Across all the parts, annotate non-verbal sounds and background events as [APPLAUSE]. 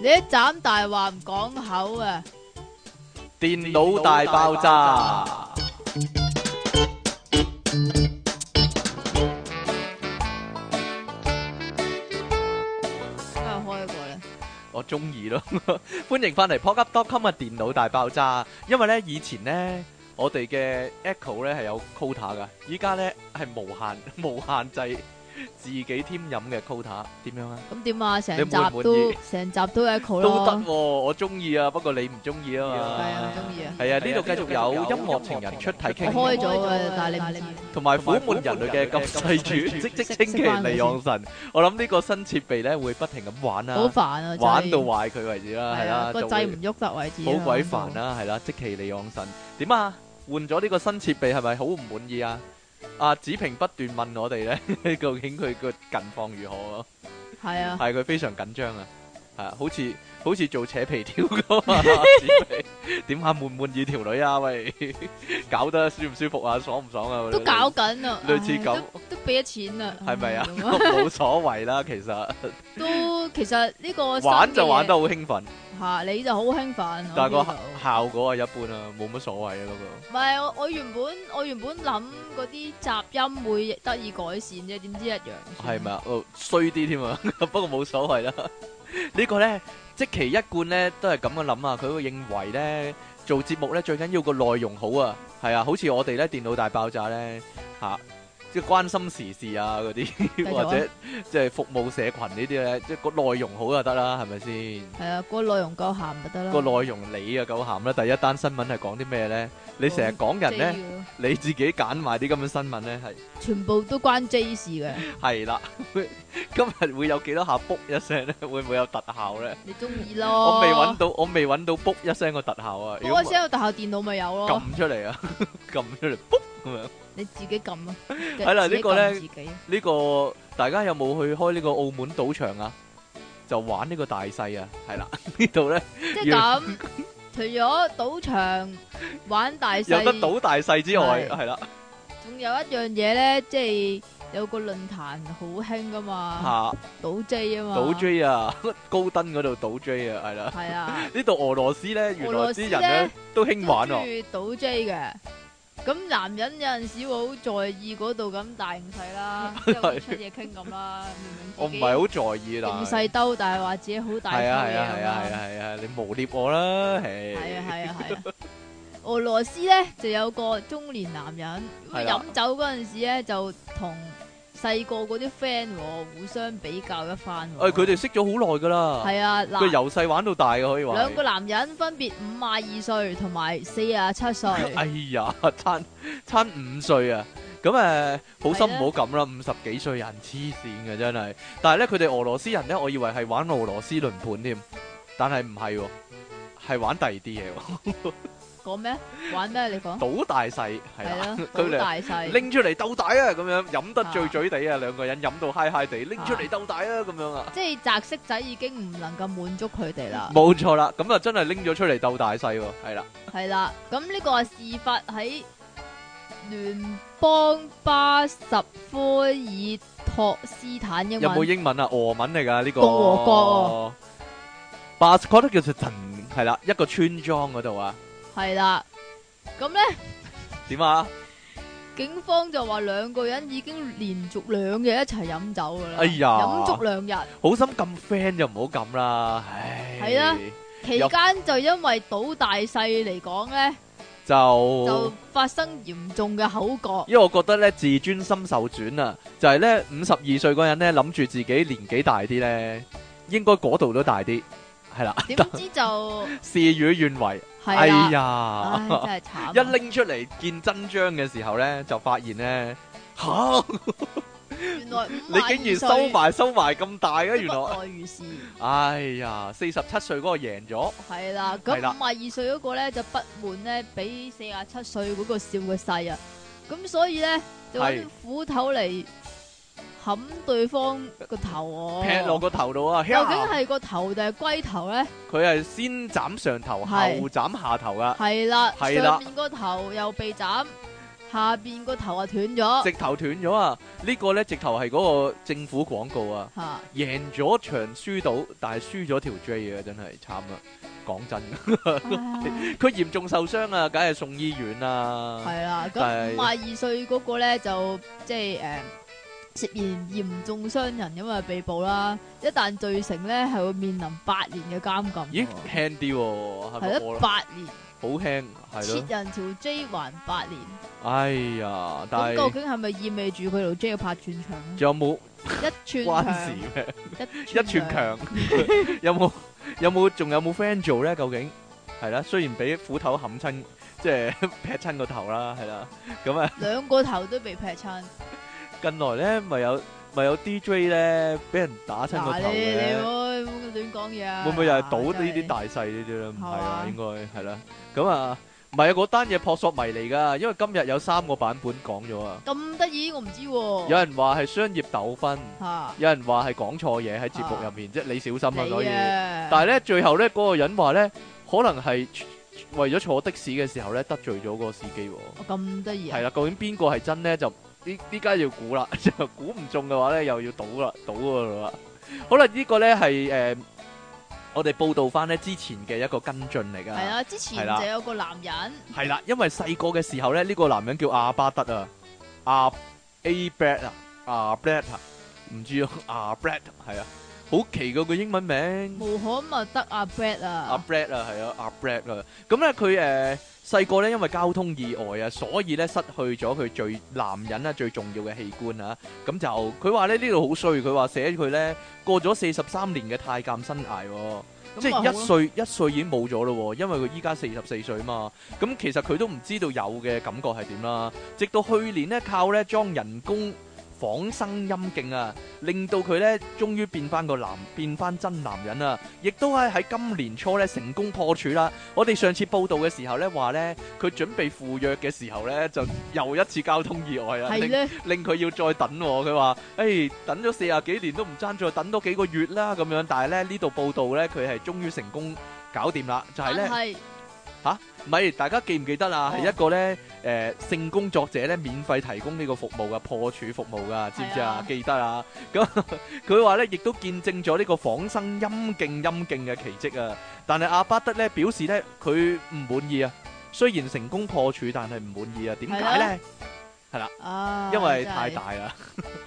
你一斬大話唔講口啊！電腦大爆炸。真係開過啦，我中意咯， [LAUGHS] 歡迎翻嚟 p o c k u p c o m 嘅電腦大爆炸。因為咧以前咧我哋嘅 Echo 咧係有 quota 噶，依家咧係無限 [LAUGHS] 無限制自己添飲嘅 quota，點樣啊？咁點啊？成你集滿唔滿都意成集都一個都得咯喎，，我中意啊，不過你唔中意係啊啊，唔嘛。中意啊！係啊，呢度繼續有音樂情人出體我傾。開咗嘅，但係你唔知同埋苦悶人類嘅救世主，即即稱其利昂神。我諗呢個新設備咧會不停咁玩好啦，煩啊！真係玩到壞佢為止啦，係係啊啦，個就掣會唔喐得為止啊，好鬼煩啦，係啦，即其利昂神。點啊？換咗呢個新設備係咪好唔滿意啊？阿子平不斷問我哋咧， [LAUGHS] 究竟佢個近況如何啊？係啊，係佢非常緊張啊，係啊，好似好似做扯皮條 [LAUGHS] 咁啊！子平點下滿唔滿意條女啊？喂，搞得舒唔舒服啊？爽唔爽啊？都搞緊啊，類似唉咁都都俾咗錢啦，係咪啊？咁 [LAUGHS] 冇所謂啦，其實都其實呢個新 [LAUGHS] 玩就嘅玩嘢得好興奮，吓，你就好興奮。但係我個見到效果係一般啦，冇乜所謂啊嗰唔係我我原本我原本諗嗰啲雜音會得以改善啫，點知一樣。個係咪？啊？哦衰啲添啊， [LAUGHS] 不過冇所謂啦。 [LAUGHS] 呢個呢，即其一貫呢都係咁樣諗啊，佢會認為呢，做節目呢最緊要個內容好啊，係啊，好似我哋呢電腦大爆炸呢，吓、即係關心時事啊嗰啲，續啊或者即係服務社群呢啲呢，即係個內容好就得啦，係咪先？係啊，個內容夠鹹咪得啦。個內容你啊夠鹹啦！第一單新聞係講啲咩咧？你成日嗯講人咧，咧，你自己揀埋啲咁嘅新聞咧，係全部都關 J 事 [LAUGHS] 嘅，係啦。今日會有幾多下 book 一聲咧？ [LAUGHS] 會唔會有特效咧？你中意咯。我未揾到，我未揾到 book 一聲個特效啊！如果我哦一聲哦有特效電腦咪有咯，撳出嚟啊， [LAUGHS] 撳出嚟 book 咁樣。你自己撳啊。係啦呢個咧自己撳自己呢個大家有冇去開呢個澳門賭場啊？就玩呢個大細啊，係啦， [LAUGHS] 呢度咧即係咁。除咗賭場玩大細，有得賭大細之外，係係啦仲有一樣嘢咧，即係有個論壇好興噶嘛，嚇賭 J 啊嘛，賭 J 啊， [LAUGHS] 高登嗰度賭 J 啊，係啦。係啊，呢度俄羅斯咧，原來啲人俄羅斯咧呢都興 [LAUGHS] 玩啊中喎，意賭 J 嘅。咁男人有陣時會好在意嗰度咁大型細 [LAUGHS] 啦，即係好似出嘢傾咁啦，我明唔明係好在意啦。好勁細兜，但係話自己好大係兜啊嘢係啊咁係啊係啦啊係啊，你污蔑我啦，係係啊係啊係啊！俄羅斯咧就有個中年男人，咁係啊啦飲酒嗰陣時咧就同細個嗰啲 friend 喎互相比較一番喎。誒哎佢哋識咗好耐噶啦，係啊，佢嗱，由細玩到大嘅可以話兩個係。男人分別五廿二歲同埋四廿七歲， [LAUGHS] 哎呀，差差五歲啊！咁誒，好心係啊唔好咁啦，五十幾歲人黐線嘅真係。但係咧，佢哋俄羅斯人咧，我以為係玩俄羅斯輪盤添，但係唔係喎，係玩第二啲嘢喎，講咩？玩咩？你講賭大細係哦係啦啦，，好佢哋。大細，拎出嚟鬥大啊！咁樣飲得啊醉醉地啊，兩個人飲到嗨嗨地，拎出嚟啊鬥大啊！咁樣啊，即係擲色仔已經唔能夠滿足佢哋啦。冇錯啦，咁啊真係拎咗出嚟鬥大細喎，係啦，係啦，咁呢個事發喺聯邦巴什科爾托斯坦英有冇文英文啊？俄文嚟㗎呢個共和國哦巴斯克德叫做鎮係啦，一個村莊嗰度啊，係啦。咁呢，點啊？警方就話兩個人已經連續兩日一齊飲酒噶啦，哎呀飲足兩日，好心咁 friend 就唔好咁啦，唉，係啦，期有間就因為賭大細嚟講呢，就就發生嚴重嘅口 [LAUGHS] 角，因為我覺得咧自尊心受損啊，就係咧五十二歲嗰人咧諗住自己年紀大啲咧，應該嗰度都大啲，係啦。點知就事與願違，哎係啦，呀！唉真係慘啊，一拎出嚟見真章嘅時候呢，就發現呢，吓、原來五你竟然收埋收埋咁大嘅，原來，外如是。哎呀，四十七歲嗰個贏咗，系啦，咁嗯係啦五廿二歲嗰個咧就不滿咧，比四廿七歲嗰個笑嘅細啊，咁所以咧就揾係啲斧頭嚟冚對方個頭哦。劈落個頭度啊！究竟呀係個頭定係龜頭咧？佢係先斬上頭，後係斬下頭啊！係啦，係啦上面個頭又被斬，下边个头啊断咗，直頭斷咗啊！呢、個呢，直頭係嗰個政府廣告啊， [LAUGHS] 吓贏咗場輸到，但係輸咗條 J 啊，真係慘啦！講 [LAUGHS] 真，佢嚴重受傷啊，梗係送醫院啦、系啦。咁但係五廿二岁嗰个咧就即系诶涉嫌严重傷人，因為被捕啦。一旦罪成咧，係會面臨八年嘅監禁咦喎。，輕啲喎，係咪係咯，我八年好輕，係切咯，人條 J 還八年，哎呀，但咁究係竟係咪意味住佢條 J 要拍串場仲有冇咧？一串關長事，咩？一一寸 [LAUGHS] 強，有冇有冇仲有冇 friend 做咧？究竟係啦，雖然俾斧頭冚親，即 [LAUGHS] 係劈親個頭啦，係啦，咁啊，兩個頭都被劈親。近來咧咪有咪有 DJ 咧俾人打親個嗱，頭你你嘅，唔好亂講嘢啊！會唔會又係賭呢真係啲大細呢啲咧？唔係啊，係嘛應該係啦，咁啊。唔係啊，嗰單嘢撲朔迷離㗎，因為今日有三個版本講咗啊。咁得意？我唔知喎。有人話係商業糾紛，嚇有人話係講錯嘢喺節目入面，即係你小心啊，所你以。啊，但係咧，最後咧嗰、個人話咧，可能係為咗坐的士嘅時候咧得罪咗嗰個司機喎。咁得意係啊！啦，究竟邊個係真咧？就呢呢家要估啦， [LAUGHS] 就估唔中嘅話咧，又要賭啦，賭噶啦。好啦，呢個咧係誒我哋報道翻咧之前嘅一個跟進嚟係㗎。啊係啦，啦，之係前啦就有個男人因為細個嘅時候咧，呢、個男人叫阿巴德啊，阿 A b r a d 啊，阿 b r a d 啊，唔知啊，阿 b r a d 係啊，好奇嗰個英文名。無可密得阿 Brad 阿啊， Brad 啊，係啊，阿 Brad 啊，咁咧佢誒細個咧，因為交通意外啊，所以咧失去咗佢最男人啊最重要嘅器官啊，咁就佢話咧呢度好衰，佢話寫佢咧過咗四十三年嘅太監生涯、喎，啊即係一歲歲一歲已經冇咗咯，因為佢依家四十四歲嘛，咁其實佢都唔知道有嘅感覺係點啦，直到去年咧靠咧裝人工。仿生陰莖啊，令到佢咧終於變翻個男，變翻真男人啊！亦都係喺今年初咧成功破處啦。我哋上次報道嘅時候咧話咧，佢準備赴約嘅時候咧，就又一次交通意外啊，係令咧，令佢要再等喎、佢話：，誒、等咗四十幾年都唔爭，再等多幾個月啦咁樣。但係咧呢度報道咧，佢係終於成功搞掂啦，就係、但呢。咧。係咪大家記唔記得哦啊？係、一個咧誒、呃性工作者咧免費提供呢個服務嘅破處服務噶，知唔知啊係啊？記得啊！咁 [LAUGHS] 佢話咧，亦都見證咗呢個仿生陰莖陰莖嘅奇蹟啊！但係阿巴德咧表示咧，佢唔滿意啊。雖然成功破處，但係唔滿意啊。點解咧？啊，因為真係太大啦，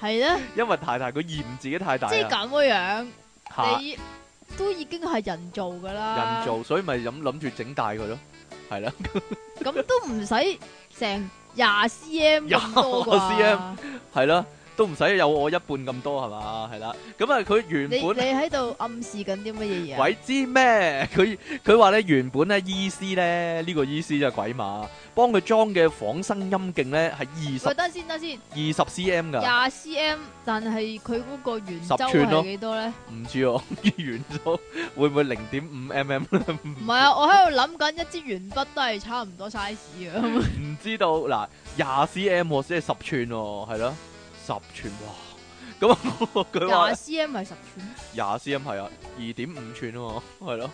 係咧，因為太大，佢嫌自己太大即係啊，咁嚇樣，你都已經係人造㗎啦，人造，所以咪諗諗住整大佢咯，係啦。 [LAUGHS] 咁都唔使成廿 cm 咁多啩 cm 係啦，都唔使有我一半咁多係嘛，係啦。咁啊，佢原你你本喺度暗示緊啲乜嘢嘢啊？鬼知咩？ [LAUGHS] 佢佢話咧原本咧醫師咧呢、呢個醫師就係鬼馬，幫佢裝嘅仿生陰莖咧係喂，二等先，等先，十二十 cm 㗎，廿 cm，但係佢嗰個圓周十寸咯係幾多咧？唔 [LAUGHS] 知哦，完咗會唔會零點五 mm 咧？唔係啊，我喺度諗緊一支鉛筆都係差唔多 size 嘅， [LAUGHS] 唔知道嗱，廿 cm 喎即係十寸喎，係咯，十寸哇！咁啊佢話廿 cm 係十寸，廿 cm 係啊，二點五寸喎， [LAUGHS] 係咯，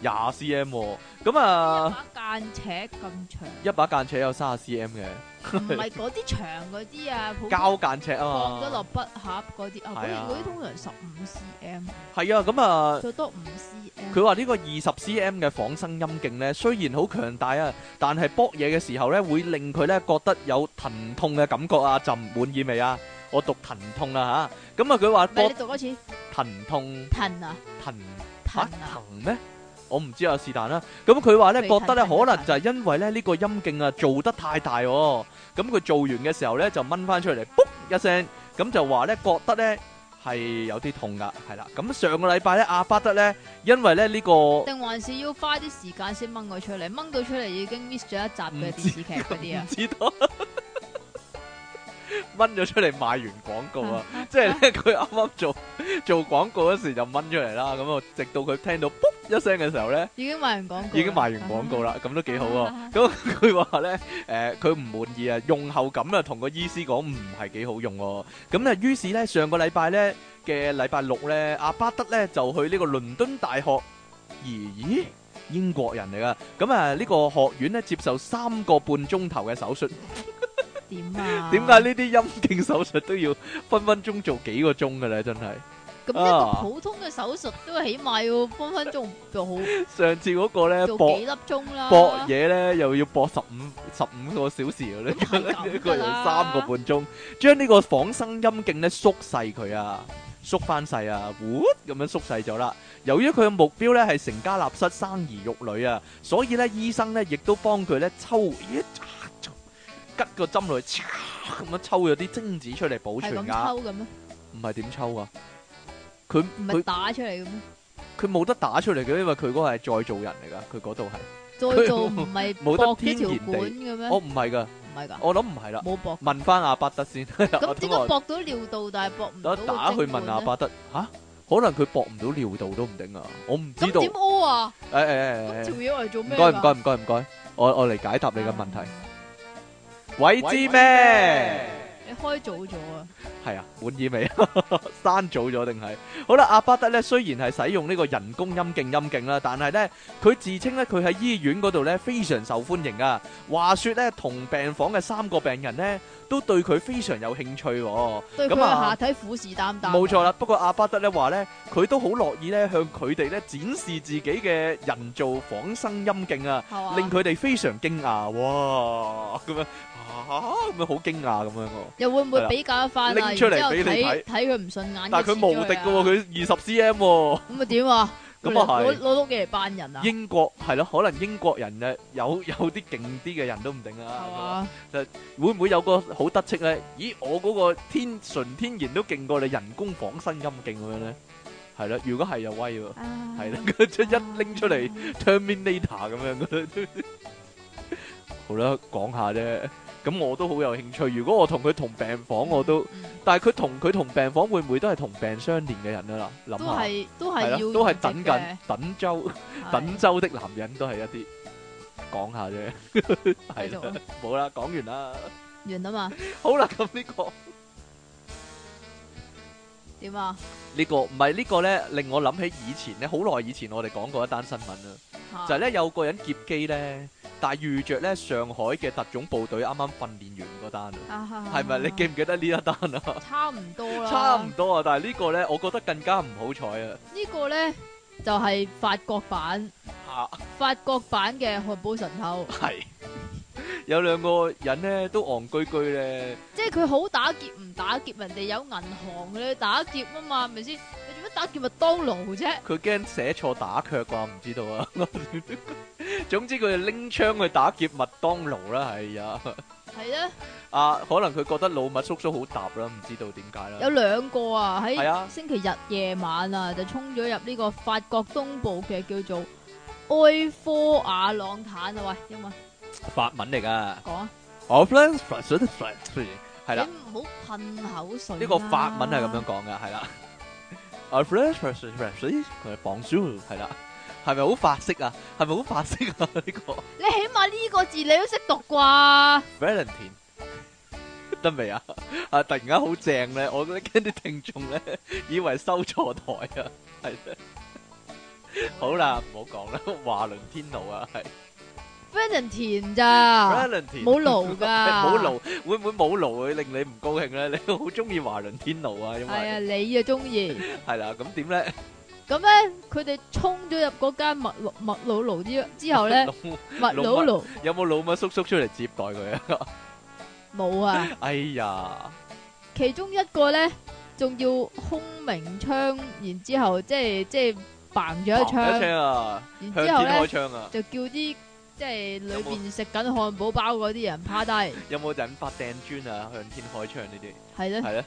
廿 cm 喎咁啊一把間尺咁 [LAUGHS] 長，一把間尺有三十 cm 嘅唔係嗰啲長嗰啲啊，普通膠間尺啊放咗嘛落，筆盒嗰啲啊，嗰係啲啊嗰啲通常十五 cm，係啊咁啊。最多五 cm。佢話呢個二十 cm 嘅仿生陰莖呢，雖然好強大啊，但係搏嘢嘅時候呢，會令佢呢覺得有疼痛嘅感覺啊，就唔滿意未啊？我讀疼痛啦吓，咁啊佢話唔係你搏讀多次，疼痛騰啊，疼騰嚇啊疼，咩？我唔知啊，是但啦。咁佢話呢，肥覺騰得呢肥可能騰就係因為咧呢個陰莖啊做得太大喎，咁佢做完嘅時候呢，就掹翻出嚟，卜一聲，咁就話呢，覺得呢係有啲痛噶，係啦。咁上個禮拜呢，阿巴德呢，因為咧呢個。定還是要花啲時間先掹佢出嚟？掹到出嚟已經 miss 咗一集嘅電視劇嗰啲唔啊！知道，掹咗出嚟賣完廣告啊！即係咧，佢啱啱做做廣告嗰時就掹出嚟啦。咁啊，直到佢聽到卜一聲嘅時候咧，已經賣完廣告，已經賣完 [LAUGHS] 廣告啦。咁都幾好啊！咁 [LAUGHS] 佢話咧，誒佢唔滿意啊，用後感啊，同個醫師講唔係幾好用喎。咁啊，於是咧上個禮拜咧嘅禮拜六咧，阿巴德咧就去呢個倫敦大學。咦？英國人嚟噶，咁啊呢個學院咧接受三個半鐘頭嘅手術，點啊？点解？呢啲陰莖手術都要分分鐘做幾個鐘嘅 [LAUGHS] 咧？真係。咁一啊個普通嘅手術都起碼要分分鐘做好上次嗰個咧做搏幾粒鐘啦。搏嘢咧，又要搏十五十五個小時嘅咧，係咁㗎啦 [LAUGHS] 一個人三個半鐘，將呢個仿生陰莖咧縮細佢啊，縮翻細啊，呼咁樣縮細咗啦。由於佢嘅目標咧係成家立室、生兒育女啊，所以咧醫生咧亦都幫佢咧抽，啊咦吉個針落去，咁樣抽咗啲精子出嚟保係存咁噶，抽嘅咩？唔係點抽啊？佢唔係佢打出嚟嘅咩？佢冇得打出嚟嘅，因為佢嗰個係再造人嚟噶，佢嗰度係。再做唔係冇得駁天咗然地條管嘅咩？我哦唔係噶，唔係㗎，我諗唔係啦。冇駁。問翻阿伯德先，咁 [LAUGHS] 我點等解我駁到尿道但係駁唔到等個我打去精問管阿咧伯德吓，可能佢搏唔到尿道都唔定啊，我唔知咁道。點誒屙啊？誒咁誒條誒，嘢嚟做唔咩該㗎？唔該唔該唔該，我我嚟解答你嘅問題。鬼知咩？你開早咗啊？係啊，滿意 [LAUGHS] 未？生早咗定係？好啦，阿巴德咧雖然係使用呢個人工陰莖陰莖啦，但係咧佢自稱咧佢喺醫院嗰度咧非常受歡迎啊。話說咧同病房嘅三個病人咧都對佢非常有興趣、喎。對佢咁嘅啊下體虎視眈眈。冇錯啦，不過阿巴德咧話咧，佢都好樂意咧向佢哋咧展示自己嘅人造仿生陰莖啊，係嘛，令佢哋非常驚訝，哇咁樣啊咁樣好驚訝咁樣喎。又會唔係會啦比較翻啊？拎出嚟然之後俾你睇睇睇佢唔順眼嘅切咗佢啊，但係佢無 à. 敵嘅喎，佢二十 cm 喎。咁咪點啊？咁啊係攞攞碌嘢嚟扮人啊？英國係咯，可能英國人誒有 [LAUGHS] 有啲勁啲嘅人都唔定係啊。嘛？會唔會有個好得戚咧？咦，我嗰個天純天然都勁過你人工仿生陰勁咁樣咧？係啦，如果係就威喎。係嗯啦，佢即一拎出嚟 Terminator 咁樣嗰啲。好啦，講下啫。咁我都好有興趣。如果我同佢同病房，我都，嗯但係佢同佢同病房會唔會都係同病相憐嘅人啊？嗱，諗都下係都係係啦，要都係等緊緊等周。等州的男人都係一啲講下啫，係 [LAUGHS] 繼續啦啊，冇啦，講完啦，完啊嘛？好啦，咁呢個點啊？呢個唔係呢個咧，令我諗起以前咧，好耐以前我哋講過一單新聞嚇啊，就係咧有個人劫機咧，但係遇着咧上海嘅特種部隊啱啱訓練完嗰單啊，啊哈哈係咪你記唔記得呢一單啊？差唔多啦？差唔多啊，但係呢個咧，我覺得更加唔好彩啊， [LAUGHS] 呢個咧就係法國版嚇！法國版嘅漢堡神偷，係有兩個人咧都戇居居咧。即係佢好打劫唔打劫，人哋有銀行你打劫啊嘛，係咪先？你做乜打劫麥當勞啫？佢驚寫錯打卻啩，唔知道啊。 [LAUGHS] 總之佢就拎槍去打劫麥當勞啦，係啊，係咧，啊，可能佢覺得老麥叔叔好搭啦，唔知道點解有啦。兩個啊係喺啊星期日夜晚啊，就衝咗入呢個法國東部嘅叫做埃科瓦朗坦啊，喂，英文法文嚟噶講啊，我 friend friend friend 你係啦，唔好噴口水。呢個法文係咁樣，講噶，係啦。我 friend friend friend 佢綁書係啦，係咪好法式啊？係咪好法式啊？呢個你起碼呢個字你都識讀啩？ Valentine 得未啊？啊，突然間好正咧，我覺得驚啲聽眾咧以為收錯台啊，係啦好啦，唔好講啦，華倫天奴啊，係 Valentine 咋， Valentine 冇勞噶， [LAUGHS] 冇勞，會唔會冇勞會令你唔高興咧？你好中意華倫天奴啊，因係啊，為你啊中意。係啦，咁點咧？咁咧，佢哋衝咗入嗰間麥麥麥老勞之之後咧， [LAUGHS] 老麥老勞有冇老馬叔叔出嚟接待佢 [LAUGHS] 啊？ [LAUGHS] 冇啊，哎呀，其中一個咧仲要空鳴槍，然之後即係即係嘭咗一砰一槍，聲啊，然向之天後開咧槍啊！就叫啲即係裏有邊食緊漢堡包嗰啲人趴低，有冇引發掟磚啊？向天開槍呢啲？係咧，係咧，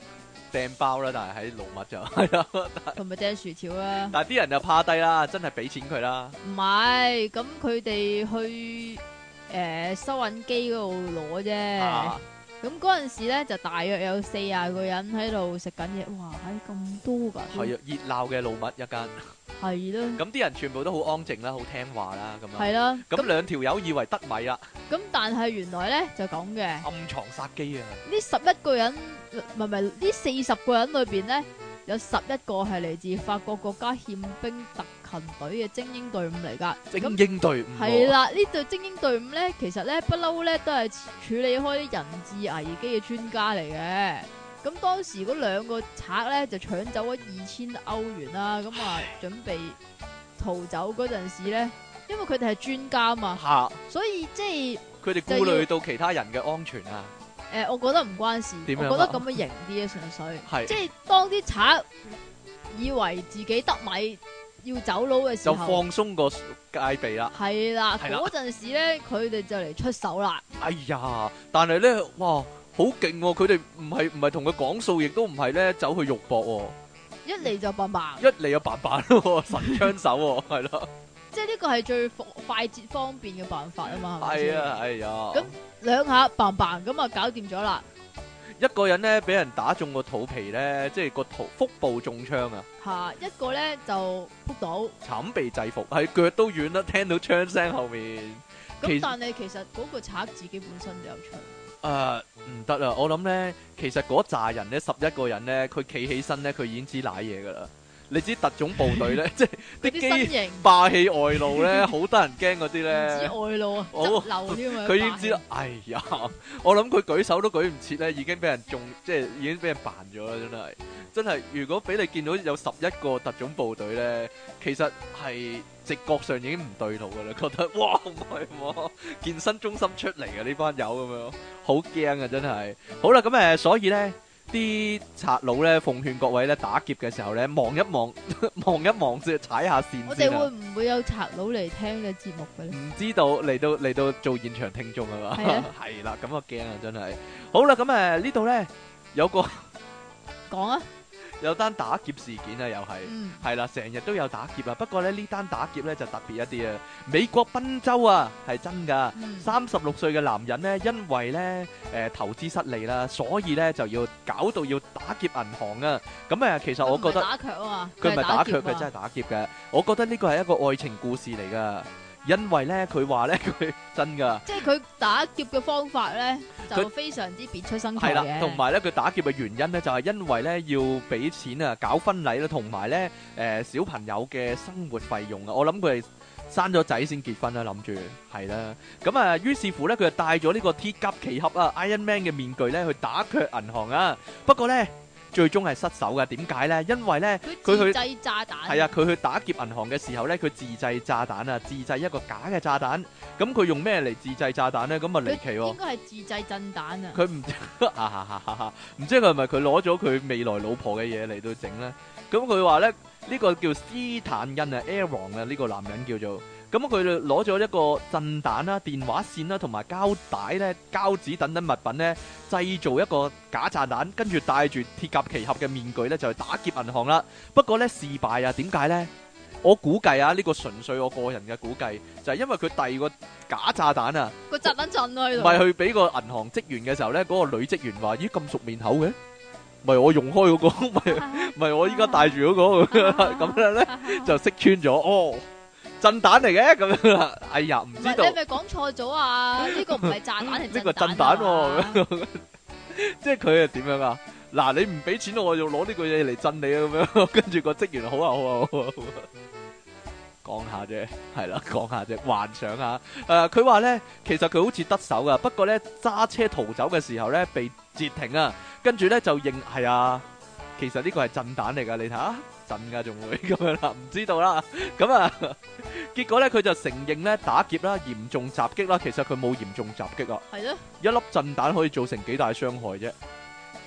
掟包啦，但係喺老麥就 [LAUGHS] 係啦，同埋掟薯條啦。但係啲人就趴低啦，真係俾錢佢啦，唔係，咁佢哋去诶、呃收銀機嗰度攞啫。啊，咁嗰陣時咧，就大約有四廿個人喺度食緊嘢。哇，唉咁多㗎，係啊，熱鬧嘅老麥一間，係啦，咁啲人全部都好安靜啦，好聽話啦，咁係樣，啦。咁咁兩條友以為得米啦，咁，但係原來咧就咁嘅。暗藏殺機啊，呢十一個人，唔係唔係呢四十個人裏邊咧，有十一個係嚟自法國國家憲兵特勤行隊嘅精英隊伍嚟㗎。精英隊伍喎係啦，呢隊精英隊伍咧，其實咧不嬲咧都係處理開啲人質危機嘅專家嚟嘅。咁當時嗰兩個賊咧就搶走咗二千歐元啦，咁啊準備逃走嗰陣時咧，因為佢哋係專家嘛，嚇所以即係佢哋顧慮到其他人嘅安全啊，誒、呃我覺得唔關事，點樣啊我覺得咁樣型啲啊，純粹。係即係當啲賊以為自己得米要走佬嘅時就候，放鬆個戒備啊啦。係啦，係啦嗰陣時咧佢哋就嚟出手啦，哎呀，但係咧，哇，好勁喎！佢哋唔係唔係同佢講數，亦都唔係咧走去肉搏一嚟就砰砰喎，，一嚟就白板咯，神槍手喎，係咯，即係呢個係最快快捷方便嘅辦法啊嘛，係咪係啊，先？哎呀，咁兩下砰砰咁啊，搞掂咗啦，一個人咧俾人打中個肚皮咧，即係個肚腹部中槍啊，吓一個咧就撲到，慘被制服，係腳都軟啦，聽到槍聲後面。咁其但係其實嗰個賊自己本身就有槍，誒啊唔得啦！我諗咧，其實嗰扎人咧，十一個人咧，佢企起身咧，佢已經知賴嘢噶啦。你知特種部隊 [LAUGHS] 咧，即係佢啲啲身機形唔霸氣外露咧，好得人驚嗰啲止咧，外露啊，好側漏添啊，佢已經知啦。哎呀，我諗佢舉手都舉唔切咧，已經俾人中，即係已經俾人扮咗啦，真係真係。如果俾你見到有十一個特種部隊咧，其實係直覺上已經唔對路噶啦，覺得 [LAUGHS] 哇唔係喎，健身中心出嚟嘅呢班友咁樣，好驚啊真係。好啦，咁誒，所以咧。啲賊佬咧，奉勸各位咧，打劫嘅時候咧，望一望， [LAUGHS] 望一望先，踩下線先我哋啊會唔會有賊佬嚟聽嘅節目嘅咧？唔知道嚟到嚟到做現場聽眾啊嘛，係啊 [LAUGHS] 係啦，咁啊驚啊真係。好啦，咁誒呢度咧有個 [LAUGHS] 講啊，有單打劫事件啊，又係嗯。係啦，成日都有打劫啊。不過咧呢單打劫咧就特別一啲啊，美國賓州啊係真㗎。嗯三十六歲嘅男人咧，因為咧誒、呃投資失利啦，所以咧就要搞到要打劫銀行啊。咁誒、其實我覺佢唔係得。打卻啊嘛，佢唔係打卻佢，佢真係打劫嘅。我覺得呢個係一個愛情故事嚟噶，因為呢，佢話呢，佢真噶，即係佢打劫嘅方法咧，就佢非常之別出生係才啦。嘅，同埋呢，佢打劫嘅原因呢，就係、因為呢要俾錢啊，搞婚禮啦，同埋呢誒、呃小朋友嘅生活費用啊。我諗佢係生咗仔先結婚啦，諗住係啦。咁啊，於是乎呢，佢就戴咗呢個鐵甲奇俠啊 Iron Man 嘅面具呢，去打卻銀行啊。不過呢，最終係失手嘅，點解呢？因為呢。佢佢自去製炸彈，係啊，佢去打劫銀行嘅時候咧，佢自製炸彈啊，自製一個假嘅炸彈。咁佢用咩嚟自製炸彈咧？咁啊離奇喎、應該係自製震彈啊，佢唔啊哈哈哈哈唔知佢係咪佢攞咗佢未來老婆嘅嘢嚟到整咧？咁佢話咧呢、呢個叫斯坦恩啊，Aaron 啊，呢個男人叫做。咁佢就攞咗一個震彈啦、電話線啊啦、同埋膠帶咧、膠紙等等物品咧，製造一個假炸彈，跟住戴住鐵甲奇俠嘅面具咧，就去打劫銀行啦。不過咧事敗啊，點解咧？我估計啊，呢、個純粹我個人嘅估計，就係、因為佢第二個假炸彈啊。個炸彈震喺唔度，係去俾個銀行職員嘅時候咧，嗰、個女職員話：咦咁熟面口嘅，咪我用開嗰、個， [LAUGHS] 咪咪我依家戴住嗰、個 [LAUGHS] 咁樣咧，就識穿咗哦，震彈嚟嘅咁樣啦。哎呀，唔唔知係道你係咪講錯 [LAUGHS] 咗啊？呢個唔係炸彈，係呢個震彈彈啊喎， [LAUGHS] 即係佢係點樣啊？嗱，你唔俾錢我，我就攞呢個嘢嚟震你啊咁樣，跟住個職員好啊好啊好啊好啊，講下啫，係啦，講下啫，幻想下。誒、佢話咧，其實佢好似得手噶，不過咧揸車逃走嘅時候咧被截停啊，跟住咧就認係啊，其實呢個係震彈嚟噶，你睇下。震噶仲會咁樣啦，唔知道啦。咁啊， [LAUGHS] 結果咧佢就承認咧打劫啦、嚴重襲擊啦，其實佢冇嚴重襲擊啊。係咯，一粒震彈可以造成幾大傷害啫？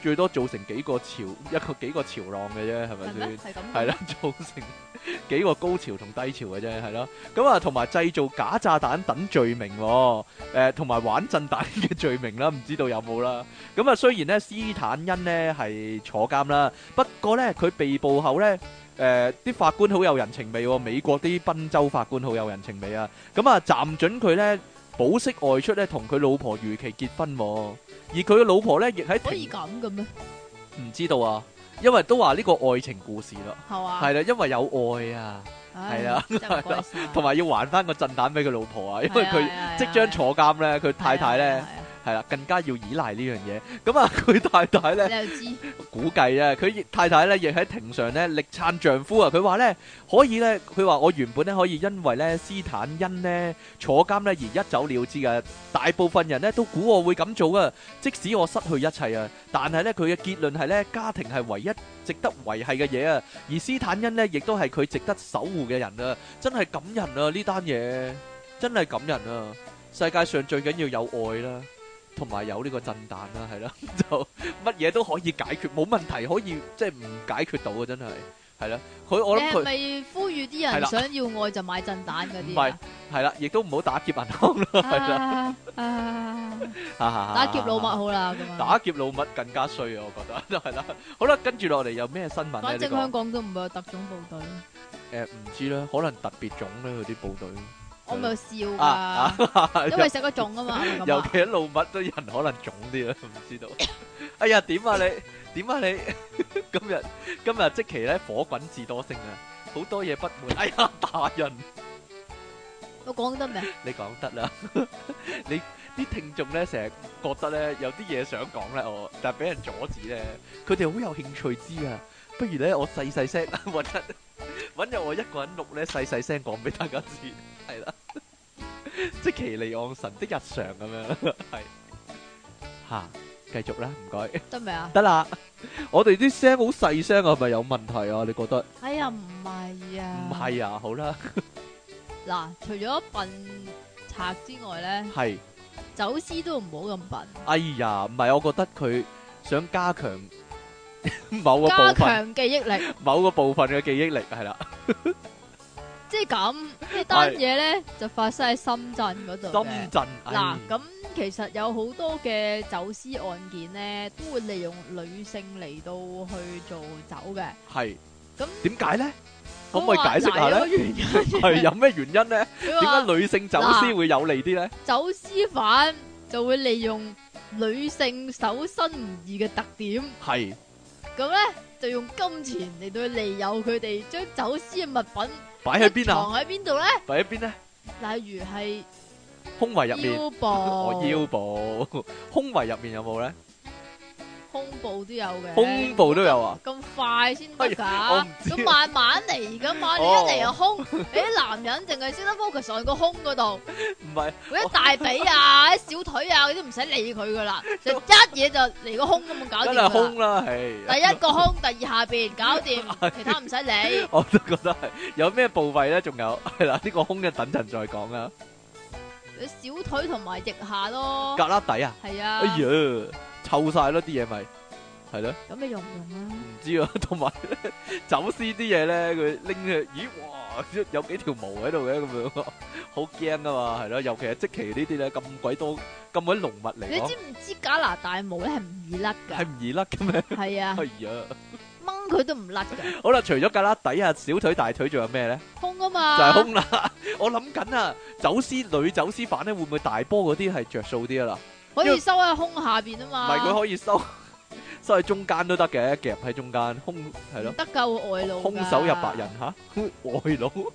最多造成幾個潮一個幾個潮浪嘅啫，係咪係咩？先？係咁，係啦，， [LAUGHS] 造成幾個高潮同低潮嘅啫，係咯。咁啊，同埋製造假炸彈等罪名、喎，誒同埋玩震彈嘅罪名啦，唔知道有冇啦。咁啊，雖然呢，斯坦恩呢係坐監啦，不過呢，佢被捕後呢，誒、啲法官好有人情味、喎，美國啲賓州法官好有人情味啊。咁啊，暫準佢呢保釋外出呢，同佢老婆如期結婚、喎，而佢嘅老婆呢，亦喺可以庭咁嘅咩？唔知道啊，因為都話呢個愛情故事啦。係嘛？係啦，因為有愛啊，唉係啊，真係唔該晒 [LAUGHS] 同埋要還翻個震蛋俾佢老婆啊，因為係啊佢係啊即將坐監咧，佢太太係咧啊係啊係啊係係啦，更加要依賴呢樣嘢。咁啊， [LAUGHS] 佢太太咧。你又知估計啊，佢太太咧亦喺庭上咧力撐丈夫啊！佢話咧可以咧，佢話我原本咧可以因為咧斯坦恩咧坐監咧而一走了之嘅，大部分人咧都估我會咁做噶，即使我失去一切啊，但係咧佢嘅結論係咧家庭係唯一值得維係嘅嘢啊，而斯坦恩咧亦都係佢值得守護嘅人啊，真係感人啊呢單嘢，真係感人啊！世界上最緊要有愛啦，同埋有呢個震彈啦，係啦 [LAUGHS] 就。乜嘢都可以解決，冇問題可以即係唔解決到啊！真係係啦，佢我你諗係佢咪呼籲啲係人啦想要愛就買震蛋嗰唔啲係啊？係啦，亦都唔好打劫銀行啦， [LAUGHS] 係啦，啊啊打打劫老麥好啦咁啊！打劫老麥更加衰啊！我覺得係 [LAUGHS] 啦，好啦，跟住落嚟有咩新聞反咧？正香呢港都唔會有特種部隊，個誒唔知啦，可能特別種咧，佢啲部隊我咪笑啊㗎，因 [LAUGHS] 為食咗粽啊嘛，係咪咁尤啊？其喺老麥都人可能種啲啦，啊 [LAUGHS] 唔知道。哎呀，點 [LAUGHS] 啊你？點啊你？ [LAUGHS] 今日今日即期咧火滾至多星啊，好多嘢不滿。 [LAUGHS] 哎呀，打人！我講得明，你講得啦， [LAUGHS] 你啲聽眾咧成日覺得咧有啲嘢想講咧，我但係俾人阻止咧，佢哋好有興趣知啊。不如咧，我細細聲 [LAUGHS] 揾得揾入我一個人錄咧，細細聲講俾大家知，係啦， [LAUGHS] 即其離岸神的日常咁樣， [LAUGHS] 係嚇，繼續啦，唔該， [LAUGHS] 得未啊？得啦，我哋啲聲好細聲啊，係咪有問題啊？你覺得？哎呀，唔係啊，唔係啊，好啦，嗱，除咗笨賊之外咧，係。走私都唔好咁笨，哎呀，唔係，我覺得佢想加 [LAUGHS] 強某個加部分、強記憶 [LAUGHS] 力，某個部分嘅記憶力係啦。即係咁呢單嘢咧就發生喺深圳嗰度嘅深圳嗱，咁咁其實有好多嘅走私案件咧，都會利用女性嚟到去做走嘅。係咁點解咧？可唔可以我話解釋下嗱有個咧？原 [LAUGHS] 因係有咩原因咧？佢點話解女性走私會有利啲咧？走私犯就會利用女性守身唔易嘅特點，係咁咧就用金錢嚟到利誘佢哋將走私嘅物品擺喺邊啊？藏喺邊度咧？擺喺邊咧？例如係胸圍入面，腰部，我腰部， [LAUGHS] 胸圍入面有冇咧？胸部都有嘅，胸部都有啊！咁快先得哎我㗎唔，知咁慢慢嚟噶嘛，你哦一嚟就胸，你啲男人淨係識得 focus on 個胸 [LAUGHS] 嗰度，唔係嗰啲大髀啊、啲小腿啊嗰啲唔使理佢 [LAUGHS] 噶啦，就一嘢就嚟個胸咁就搞掂㗎真啦係胸啦，係。第一個胸，第二下邊搞 [LAUGHS] 掂，其他唔使理。我都覺得係有咩部位咧？仲有係啦，呢個胸嘅等陣再講啦。小腿同埋腋下咯，格拉底啊！係啊哎，呀，臭晒咯啲嘢咪係咯，咁你用唔用啊？唔知啊， [LAUGHS] 同埋呢走私啲嘢咧，佢拎去，咦哇，有幾條毛喺度嘅咁樣， [LAUGHS] 好驚噶嘛，係咯，尤其係即期呢啲咧咁鬼多咁鬼濃密你嚟講，知唔知加拿大毛咧係唔易甩係㗎？唔易甩嘅咩？係 [LAUGHS] 啊哎，呀，掹佢都唔甩㗎，好啦，除咗格拉底啊、小腿、大腿，仲有咩咧？胸啊就嘛，係胸啦。 [LAUGHS] 我諗緊啊，走私女走私犯咧，會唔會大波嗰啲係着數啲啊啦？可以收喺胸下邊啊唔嘛。係佢可以收收喺中間都得嘅，夾喺中間，胸係咯唔。得救外露㗎，空手入白人吓，外佬唔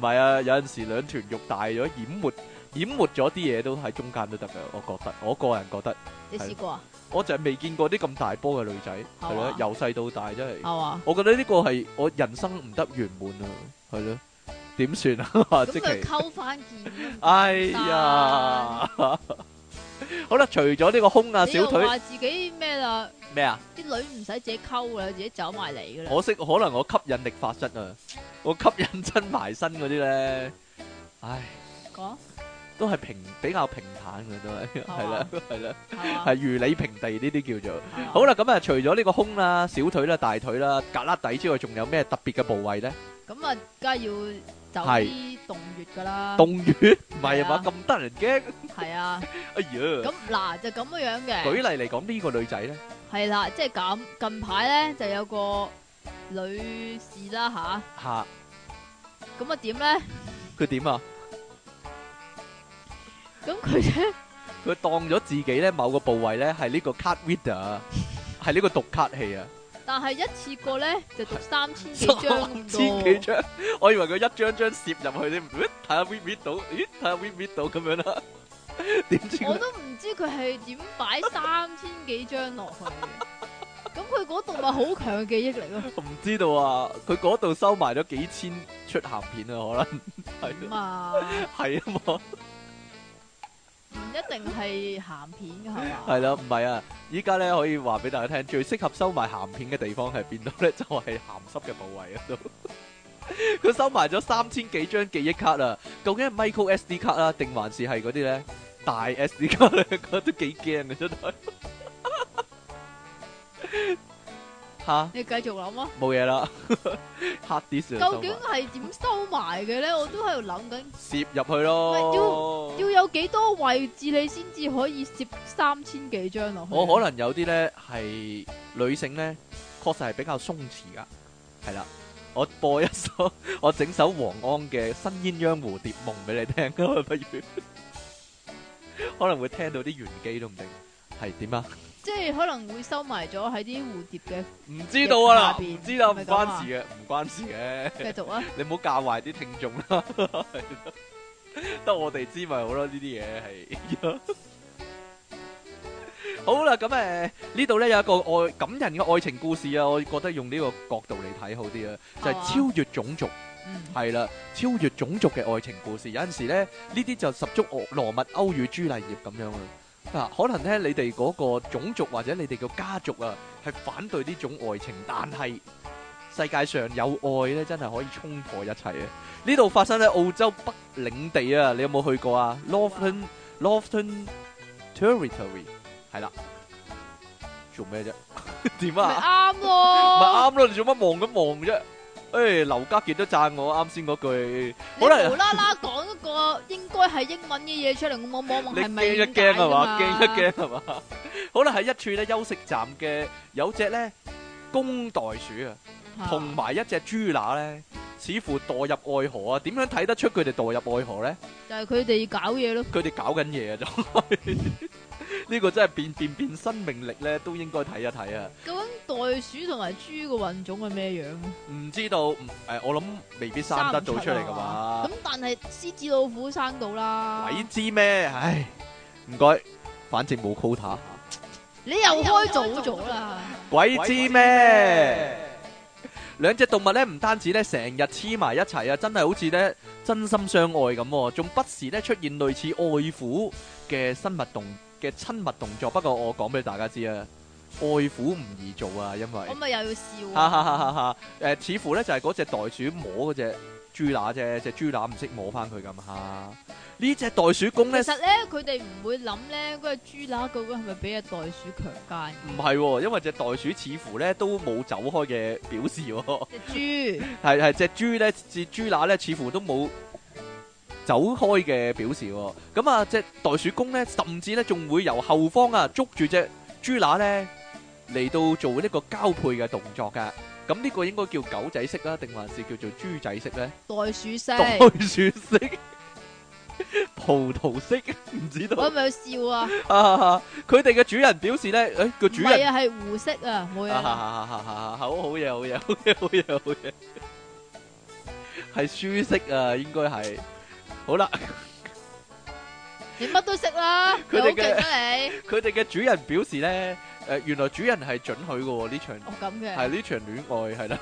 係啊！有陣時兩團肉大咗，淹沒淹沒咗啲嘢都喺中間都得嘅，我覺得，我個人覺得，你試過啊？我就係未見過啲咁大波嘅女仔，係咯啊，由細到大真係，係嘛？我覺得呢個係我人生唔得圓滿啊，係咯，點算啊？ [LAUGHS] 咁即佢其，溝翻件，哎呀， [LAUGHS] 好啦，除咗呢個胸 [LAUGHS] 啊、你小又腿話自己咩啦？咩啊？啲女唔使自己溝啦，自己走埋嚟㗎啦。可惜可能我吸引力法則啊，我吸引親埋身嗰啲咧，唉，講都係平比較平坦嘅都係，嘛係啦係啦，係嘛係如履平地呢啲叫做。係嘛好啦，咁啊，除咗呢個胸啦、小腿啦、大腿啦、格拉底之外，仲有咩特別嘅部位咧？咁啊，梗係要走係啲洞穴噶啦，洞穴唔係啊嘛，係咁得人驚。係啊。 [LAUGHS] 哎呀，咁嗱就咁樣樣舉嘅，例嚟講，呢個女仔咧係啦，即係咁。近排咧就有個女士啦吓，嚇，咁啊點咧？佢點啊？咁佢咧佢當咗自己咧某個部位咧係呢個 card reader，啊係呢個讀卡器啊。但係一次過咧就讀三千幾三張咁千多，幾張，我以為佢一張張攝入去，你唔睇下 read 唔 read 到，咦睇下 read 唔 read 到咁樣啦。 [LAUGHS] 點知我佢都唔知佢係點擺三千幾張落去嘅。咁佢嗰度咪好強記憶力咯，唔知道啊？佢嗰度收埋咗幾千出鹹片啊，可能係咁咯啊，係啊嘛，唔一定係鹹片嘅係嘛？係啦，唔係啊！依家咧可以話俾大家聽，最適合收埋鹹片嘅地方係邊度咧？就係、鹹濕嘅部位嗰度。 [LAUGHS] 佢收埋咗三千幾張記憶卡啊！究竟係 micro SD 卡啊，定還是係嗰啲咧大 SD 卡咧？我都幾驚嘅真係。 [LAUGHS] 吓，你繼續諗啊！冇嘢啦 [LAUGHS] ，hard disk 究啊收埋竟係點收埋嘅咧？我都喺度諗緊，攝入去咯。要有幾多位置你先至可以攝三千幾張落去？啊我可能有啲咧係女性咧，確實係比較鬆弛噶，係啦。我播一首， [LAUGHS] 我整首黃安嘅《新鴛鴦蝴蝶夢》俾你聽， [LAUGHS] 不如可能會聽到啲玄機都唔定，係點啊？即係可能會收埋咗喺啲蝴蝶嘅。唔知道啊啦，入下邊唔知啦，唔係咪咁啊關事嘅，唔關事嘅。繼續啊！你唔好教壞啲聽眾啦， [LAUGHS] 係咯得我哋知咪好咯，呢啲嘢係。 [LAUGHS] 好啦，咁誒呢度咧有一個愛感人嘅愛情故事啊，我覺得用呢個角度嚟睇好啲啊，就係、係嘛超越種族，嗯，係啦，超越種族嘅愛情故事，有陣時咧呢啲就十足俄羅密歐與朱麗葉咁樣啊。啊，可能咧你哋嗰個種族或者你哋嘅家族啊，係反對呢種愛情，但係世界上有愛咧，真係可以衝破一切啊！呢度發生喺澳洲北領地啊，你有冇去過啊？Northern Northern Territory 係啦，做咩啫？ [LAUGHS] 點咪啊？啱咪咯！啱咯，你做乜望咁望啫？誒，劉家傑都讚我啱先嗰句，你可能無啦啦講一個應該係英文嘅嘢出嚟，我望望望你係咪驚一咁解驚哦係嘛？㗎驚一驚係嘛？ [LAUGHS] 好啦，喺一處咧休息站嘅有隻咧公袋鼠啊。嚇同埋一隻豬乸咧，似乎墮入愛河啊！點樣睇得出佢哋墮入愛河咧？就係佢哋搞嘢咯。佢哋搞緊嘢啊！就係 [LAUGHS] 呢個真係變變變生命力咧，都應該睇一睇啊！究竟袋鼠同埋豬個品種係咩樣啊？唔知道誒、誒我諗未必生得到出啊嚟噶嘛咁？但係獅子老虎生到啦，鬼知咩？唉，唔該，反正冇 quota，你又開早咗啦。鬼知咩？兩隻動物咧，唔單止咧成日黐埋一齊啊，真係好似咧真心相愛咁喎，仲不時咧出現類似愛撫嘅生物動嘅親密動作。不過我講俾大家知啊，愛撫唔易做啊，因為我咪又要笑哈哈哈啊！哈哈誒，似乎咧就係嗰隻袋鼠摸嗰只豬乸啫，只豬乸唔識摸翻佢咁嚇。呢只袋鼠公其咧實咧，佢哋唔會諗咧，嗰只豬乸究竟係咪俾只袋鼠強奸？唔係喎，因為只袋鼠似乎咧都冇走開嘅表示喎。 [LAUGHS] 只豬係係只豬咧，只豬乸咧，似乎都冇走開嘅表示喎。咁啊，只袋鼠公咧，甚至咧仲會由後方啊捉住只豬乸咧嚟到做呢個交配嘅動作㗎。咁呢個應該叫狗仔式啦，定還是叫做豬仔式咧？袋鼠式，袋鼠式、 [LAUGHS] 葡萄式，唔知我道 [LAUGHS] 咪要笑啊！啊！佢哋嘅主人表示咧，誒個唔主人係。啊，係胡式啊，冇嘢啊啦。哈哈哈哈！好好嘢，好 [LAUGHS] 嘢，好嘢，好嘢，好 [LAUGHS] 嘢，係舒適啊，應該係。好 [LAUGHS] 啦，你乜都識啦，你佢哋好嘅勁啊你！佢哋嘅主人表示咧，誒、原來主人係准許嘅喎呢場，哦咁係嘅，呢場戀愛係啦。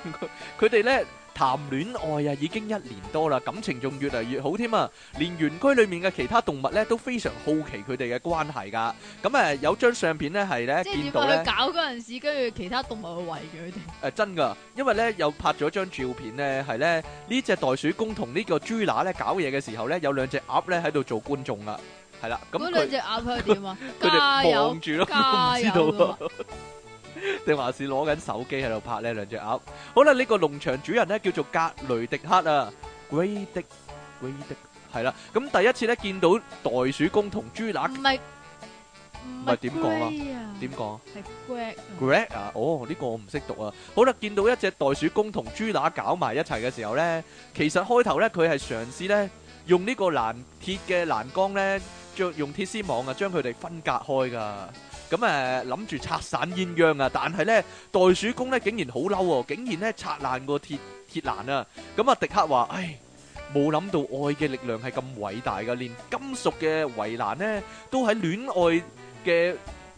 佢哋咧談戀愛啊，已經一年多啦，感情仲越嚟越好添啊！連園區裡面嘅其他動物咧都非常好奇佢哋嘅關係㗎。咁誒、有張相片咧係咧即係見點到解咧佢。搞嗰陣時，跟住其他動物去圍住佢哋？誒、真噶，因為咧又拍咗張照片咧，係咧呢只袋鼠公同呢個豬乸咧搞嘢嘅時候咧，有兩隻鴨咧喺度做觀眾啦，係啦，咁嗰兩佢隻鴨佢點啊？ [LAUGHS] 佢加哋油望！住咯，我 [LAUGHS] 唔加知油道啊， [LAUGHS] 定還是攞緊手機喺度拍呢兩隻鴨？好啦，呢、個農場主人咧叫做格雷迪克啊 g r e d i g r e d i 係啦，咁第一次咧見到袋鼠公同豬乸唔係唔唔係點講啊啊點講啊？係 greg 啊 Greg 啊，哦，呢、個我唔識讀啊。好啦，見到一隻袋鼠公同豬乸搞埋一齊嘅時候呢，其實開頭呢，佢係嘗試呢，用呢個欄鐵嘅欄杆呢，將用鐵絲網啊，將佢哋分隔開噶。咁誒諗住拆散鴛鴦啊，但係呢，袋鼠公呢竟然好嬲喎，竟然呢拆爛個鐵鐵欄啊！咁啊，迪克話：，唉，冇諗到愛嘅力量係咁偉大噶，連金屬嘅圍欄呢，都喺戀愛嘅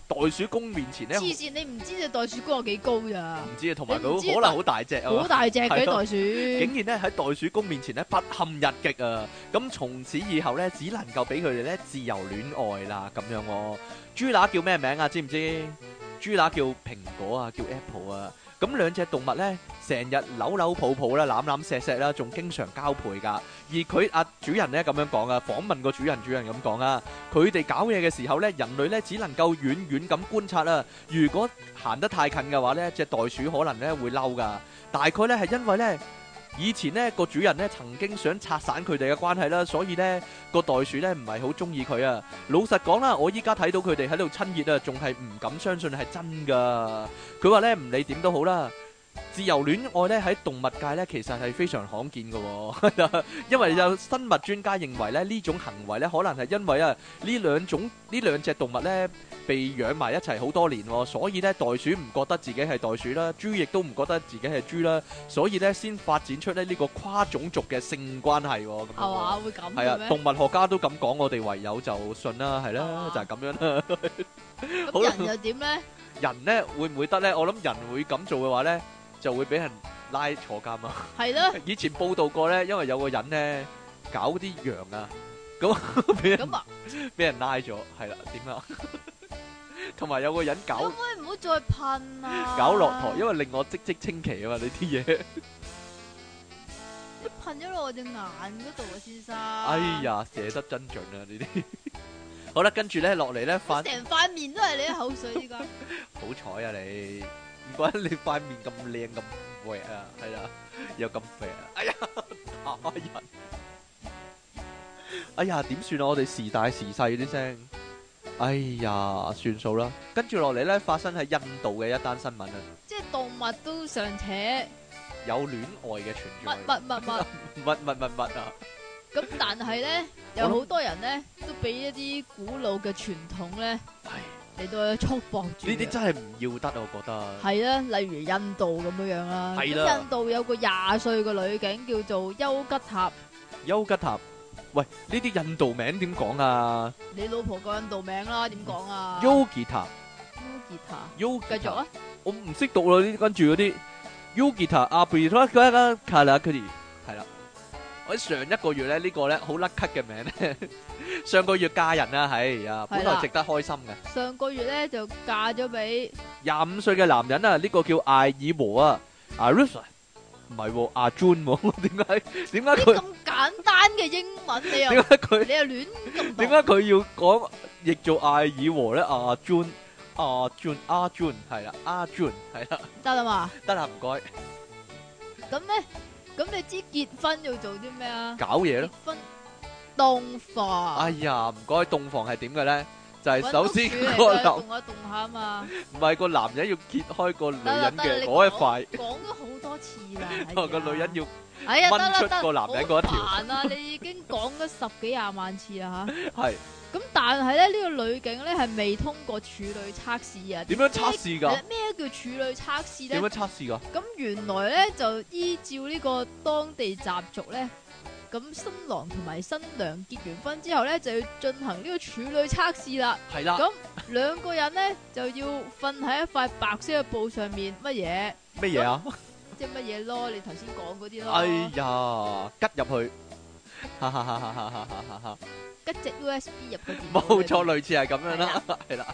袋鼠公面前呢，黐線，你唔知只袋鼠公有幾高咋？唔知啊，同埋你唔佢知可能好大隻啊嘛好。大隻嘅係啊咯袋鼠，竟然咧喺袋鼠公面前咧不堪一擊啊！咁從此以後咧，只能夠俾佢哋咧自由戀愛啦，咁樣喎、豬乸叫咩名啊？知唔知？豬乸叫蘋果啊，叫 Apple 啊。咁兩隻動物咧，成日扭扭抱抱啦，攬攬錫錫啦，仲經常交配噶。而佢啊主人咧咁樣講啊，訪問個主人，主人咁講啊，佢哋搞嘢嘅時候咧，人類咧只能夠遠遠咁觀察啦。如果 [LAUGHS] 行得太近嘅話咧，只袋鼠可能咧會嬲噶。大概咧係因為咧。以前呢個主人呢曾經想拆散佢哋嘅關係啦，所以呢個袋鼠呢唔係好中意佢啊。老實講啦，我依家睇到佢哋喺度親熱啊，仲係唔敢相信係真噶。佢話呢唔理點都好啦，自由戀愛呢喺動物界呢其實係非常罕見嘅喎，因為有生物專家認為咧呢種行為呢可能係因為啊呢兩種呢兩隻動物呢。被養埋一齊好多年喎，所以呢袋鼠唔覺得自己係袋鼠啦，豬亦都唔覺得自己係豬啦，所以呢先發展出咧呢個跨種族嘅性關係喎。咁樣係嘛？會咁係啊嘅，動咩？物學家都咁講，我哋唯有就信啦，係啦啊，就係咁樣啦。好啦咁人又點咧？人呢會唔會得呢？我諗人會咁做嘅話呢，就會俾人拉坐監啊！ [LAUGHS] 係啦，以前報道過呢，因為有個人呢搞啲羊啊，咁 [LAUGHS] 俾人咁啊，俾人拉咗，係啦，點啊？ [LAUGHS] 同埋有個人你可搞唔可以唔好再噴啊？搞落台，因為令我嘖嘖稱奇啊嘛！呢啲嘢，你噴咗落我隻眼嗰 [LAUGHS] 度啊，先生。哎，呀，寫得真準啊！呢啲 [LAUGHS] 好啦，跟住呢落嚟呢，發。成塊面都係你啲口水依家。好彩啊你，唔怪得你塊面咁靚咁滑啊，係啦，又咁肥啊， [LAUGHS] 哎呀，打人！ [LAUGHS] 哎呀，點算啊？我哋時大時細啲聲，哎呀，算數啦。跟住落嚟呢，發生喺印度嘅一單新聞啊， [LAUGHS] 即係動物都尚且有戀愛嘅存乜在，乜乜 [LAUGHS] 乜，乜乜乜乜啊！咁但係咧有好多人咧都俾一啲古老嘅傳統咧唉，嚟到去束縛住呢嘅。啲真係唔要得，我覺得。係啦，例如印度咁樣樣啦，係啦咁印度有個廿歲嘅女警叫做丘吉塔，丘吉塔，喂，呢啲印度名點講啊？你老婆個印度名啦，點講啊？丘吉塔，丘吉塔，丘繼吉續塔。 [LAUGHS] 啊，我唔識讀咯，呢跟住嗰啲 Yogita 阿貝托加加卡拉佢哋係啦。我上一個月咧呢個咧好甩咳嘅 [LAUGHS] 名咧，上個月嫁人啦，係啊，本來值得開心嘅。上個月咧就嫁咗俾廿五歲嘅男人啊，呢個叫艾爾和啊，Arisa 唔係喎，阿 Jun 喎，點解點解啲佢咁簡單嘅英文，你 [LAUGHS] 又點解佢你又亂咁點讀解佢要講譯做艾爾和咧？阿 À, Jun 阿 Jun 阿 Jun 係啦，阿 Jun 係啦，得啦嘛？得啦，唔該，咁咧，咁你知結婚要做啲咩啊？搞嘢咯結。婚凍化，哎呀，唔該，洞房係點嘅咧？就係搵首屋先主嚟去個男動下動下嘛。唔係個男人要揭開個女得啦人得啦，嘅你嗰一講塊，。講咗好多次啦 [LAUGHS] 哎呀個女人要哎呀，掹得啦出得啦個男人嗰一條好煩啊！你已經講咗十幾廿萬次啦吓。係咁但係咧，呢個女警咧係未通過處女測試啊。點樣測試係啦㗎？咩叫處女測試點咧啊樣？測試㗎？咁原來咧就依照呢個當地習俗咧，咁新郎同埋新娘結完婚之後咧，就要進行呢個處女測試啦。係啦，咁兩個人咧就要瞓喺一塊白色嘅布上面，乜嘢咩嘢啊？即係乜嘢咯？你頭先講嗰啲咯，哎呀，吉入去，哈哈哈哈哈哈哈哈！吉隻 USB 入個電腦冇裏邊錯，。類似係咁樣啦，係啦。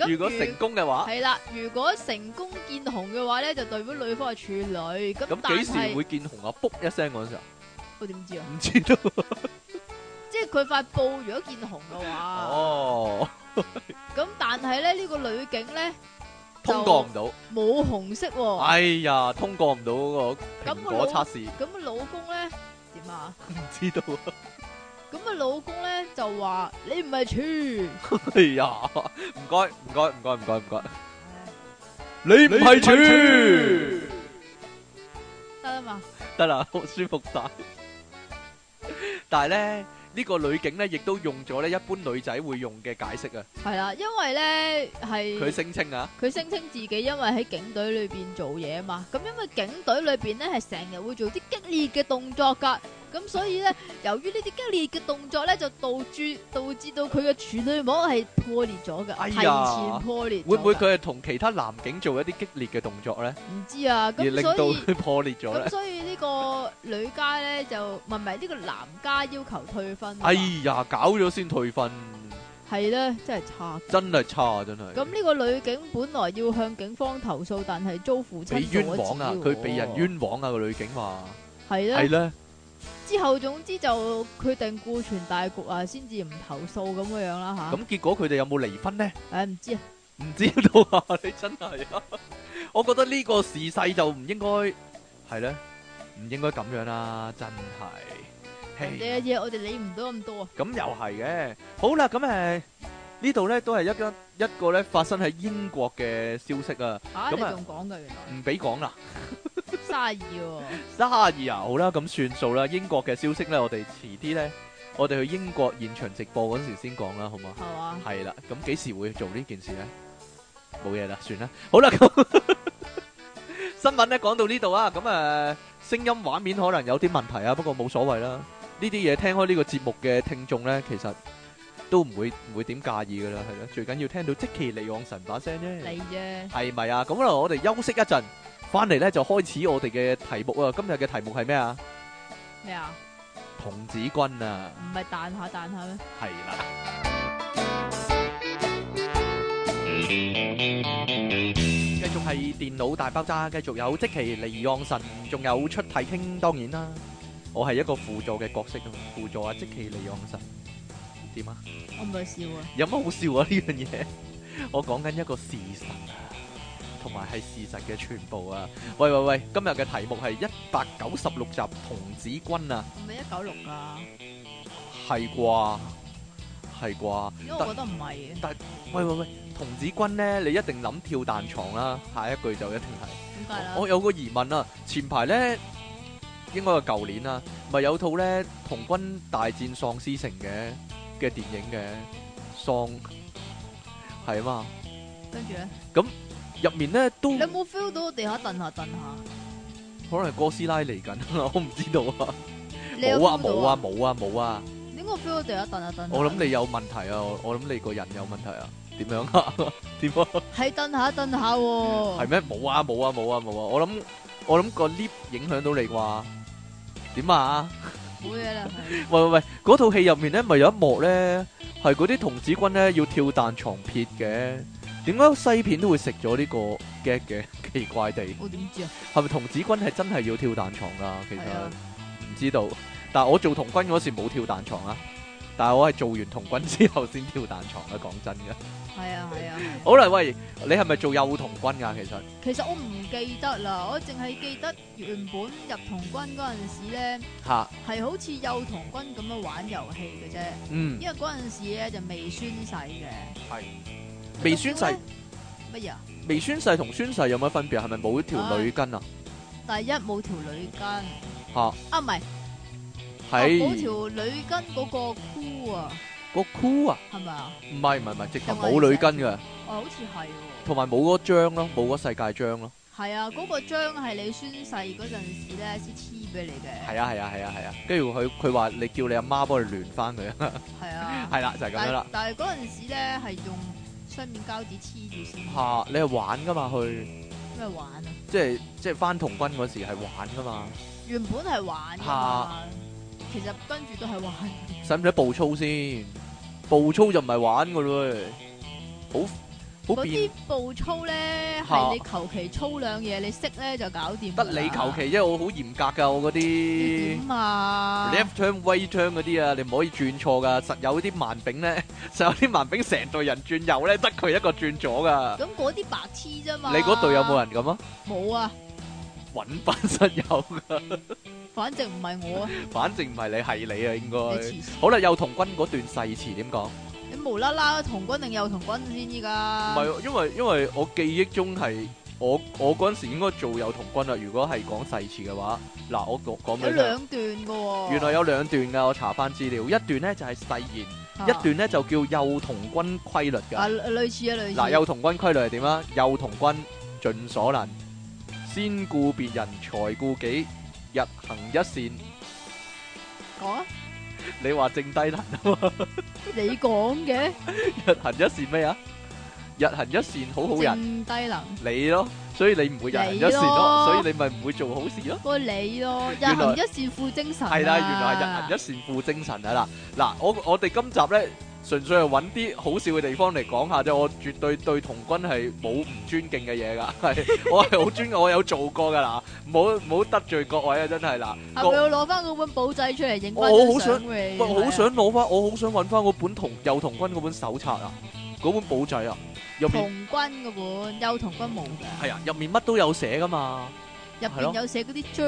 咁如果成功嘅話，係啦，如果成功見紅嘅話咧，就代表女方係處女。咁但咁幾時係會見紅啊？卜一聲嗰陣時候，我點知啊？唔知道。即係佢塊布如果見紅嘅話。哦，咁但係咧呢、個女警咧通過唔到。就冇紅色喎、哎呀，通過唔到嗰個蘋咁個果老測試，咁個老公咧點啊？唔知道。咁個老公咧就話你唔係 [LAUGHS] 處， [LAUGHS] 哎呀，唔該唔該唔該唔該唔該，你你唔係豬處，得啦嘛？得啦，好舒服晒。但係咧，呢個女警咧亦都用咗咧一般女仔會用嘅解釋啊，係啦，因為咧佢係聲稱啊，佢聲稱自己因為喺警隊裏邊做嘢啊嘛，咁因為警隊裏邊咧係成日會做啲激烈嘅動作㗎，咁所以咧，由於呢啲激烈嘅動作咧，就導致導致到佢嘅處女膜係破裂咗嘅，哎提呀前破裂咗㗎。會唔會佢係同其他男警做一啲激烈嘅動作咧，唔知啊？而咁令所到以佢破裂咗咁咧？所以呢個女家咧就唔係唔係呢個男家要求退婚啊嘛。哎呀，搞咗先退婚，係咧，真係差。真係差真係。咁呢個女警本來要向警方投訴，但係遭父俾親冤阻止枉啊！喎 à, 佢被人。à, 冤枉啊！個女警話係啦係。咧，之後總之就佢定顧全大局啊，先至唔投訴咁嘅樣啦吓。咁結果佢哋有冇離婚呢？唉唔知啊，唔知道 [LAUGHS] 啊！你真係啊！我覺得呢個時勢就唔應該係咧，唔應該咁樣啦，真係。人嘿哋嘅嘢我哋理唔到咁多啊。咁又係嘅。好啦，咁誒呢度咧都係一間一個咧發生喺英國嘅消息啊，吓，咁你啊仲講㗎原來唔俾講啦。卅二喎。 [LAUGHS] 三廿好啦，咁算數啦。英國嘅消息咧，我哋遲啲咧，我哋去英國現場直播嗰時先講啦，好嘛？係嘛？係啦，咁 [LAUGHS] 幾時會做呢件事呢？冇嘢啦，算啦。好啦，咁新聞呢講到呢度啊，咁誒、呃聲音畫面可能有啲問題啊，不過冇所謂啦。呢啲嘢聽開呢個節目嘅聽眾呢，其實都唔會唔會點介意噶啦，係啦。最緊要聽到即其利昂神把聲啫，你啫，係咪啊？咁啦，我哋休息一陣，翻嚟呢就開始我哋嘅題目啊。今日嘅題目係咩啊？咩啊？童子軍啊！唔係彈下彈下咩？系啦。繼續係電腦大爆炸，繼續有即其離岸神，仲有出體傾，當然啦，我係一個輔助嘅角色啊嘛，輔助啊即其離岸神點啊？我唔係笑啊，有乜好笑啊呢樣嘢？ [LAUGHS] 我講緊一個事實啊，同埋係事實嘅全部啊！喂喂喂，今日嘅題目係一百九十六集《童子軍》啊，唔係一九六噶，係啩？係啩？因為我覺得唔係嘅，喂喂喂，童子軍咧，你一定諗跳彈床啦，下一句就一定係。點解啦我？我有個疑問啊，前排咧應該係舊年啦，咪有套咧《童軍大戰喪屍城》嘅嘅電影嘅喪係啊嘛，跟住咧，入面咧都你有冇 feel 到地下蹬下蹬下？可能係哥斯拉嚟緊， [LAUGHS] 我唔知道啊，你有冇啊 feel 到冇啊，冇啊冇啊，你應該 feel 到地下蹬下蹬下。我諗你有問題啊，我我諗你個人有問題啊，點樣啊？ [LAUGHS] 點啊？係蹬下蹬下 [LAUGHS] 喎，係咩？冇啊冇啊冇啊冇啊！我諗我諗個 lift 影響到你啩？點啊？冇嘢 [LAUGHS] 啦。係喂喂喂！嗰套戲入面咧，咪有一幕咧，係嗰啲童子軍咧要跳彈床撇嘅。點解西片都會食咗呢個 gag 嘅？ [LAUGHS] 奇怪地，我點知啊？係咪童子軍係真係要跳彈床噶？其實係啊唔知道。但係我做童軍嗰時冇跳彈床啊，但係我係做完童軍之後先跳彈床啊。講真嘅，係啊係啊。係啊好啦，喂，你係咪做幼童軍噶？其實？其實我唔記得啦，我淨係記得原本入童軍嗰陣時咧，吓，係好似幼童軍咁樣玩遊戲嘅啫，嗯，因為嗰陣時咧就未宣誓嘅。未宣誓。乜嘢啊？未宣誓同宣誓有乜分別？啊係咪冇條女巾啊？第一冇條女巾，嚇啊唔係，係啊冇條女巾嗰個箍啊，個箍啊？係咪啊？唔係唔係唔係，直頭冇女巾嘅，哦，好似係喎。同埋冇嗰張咯，冇嗰世界章咯。係啊，嗰、個章係你宣誓嗰陣時咧先黐俾你嘅。係啊係啊係啊係啊，跟住佢佢話你叫你阿媽幫你聯翻佢， [LAUGHS] 係啊。係啦就係咁樣啦但。但係嗰陣時咧係用雙面膠紙黐住先，嚇，你係玩噶嘛？去咩玩啊？即係即係翻童軍嗰時係玩噶嘛？原本係玩㗎嘛，其實跟住都係玩。使唔使步操先？步操就唔係玩噶咯，好好嗰變啲步操咧嚇係你求其操兩嘢，你識咧就搞掂㗎得啦。你求其，因為我好嚴格㗎，我嗰啲你。點啊？ left turn、right turn 嗰啲啊，你唔可以轉錯噶，實有啲慢餅咧， [LAUGHS] 實有啲慢餅成隊人轉右咧，得佢一個轉左噶。咁嗰啲白痴啫嘛。你嗰隊有冇？人咁啊？冇啊，揾翻實有噶，反正唔係我啊， [LAUGHS] 反正唔係你係你啊，應你該。黐線，好啦，幼童軍嗰段誓詞點講？唔你無啦啦童軍定幼童軍先依家。係，因為因為我記憶中係我我嗰陣時應該做幼童軍啦。如果係講誓詞嘅話，嗱，我講講有俾你聽。兩段嘅喎。原來有兩段噶，我查翻資料，一段咧就係誓言，啊一段咧就叫幼童軍規律㗎。啊，類似啊，類似。嗱，幼童軍規律係點啊？幼童軍盡所能，先顧別人，才顧己，日行一善，講啊，你話正低 [LAUGHS] 能你講嘅日行一善咩啊？日行一善好好正人，低能，你咯，所以你唔會日行一善你咯，咯所以你咪唔會做好事咯。個你咯，日原來行一善富精 [LAUGHS] 神啊。係啦，原來係日行一善富精神啊！嗱嗱，我我哋今集咧純粹係揾啲好笑嘅地方嚟講下啫，我絕對對童軍係冇唔尊敬嘅嘢噶， [LAUGHS] 係我係好尊，我有做過噶啦，唔好唔好得罪各位啊！真係嗱，係各咪要攞翻嗰本簿仔出嚟影翻我好張想相俾你喂，我好想攞翻，我好想揾翻嗰本童幼童軍嗰本手冊啊，嗰本簿仔啊，入面童軍嗰本，有童軍冇㗎。係啊，入面乜都有寫噶嘛。入係咯邊有寫嗰啲章，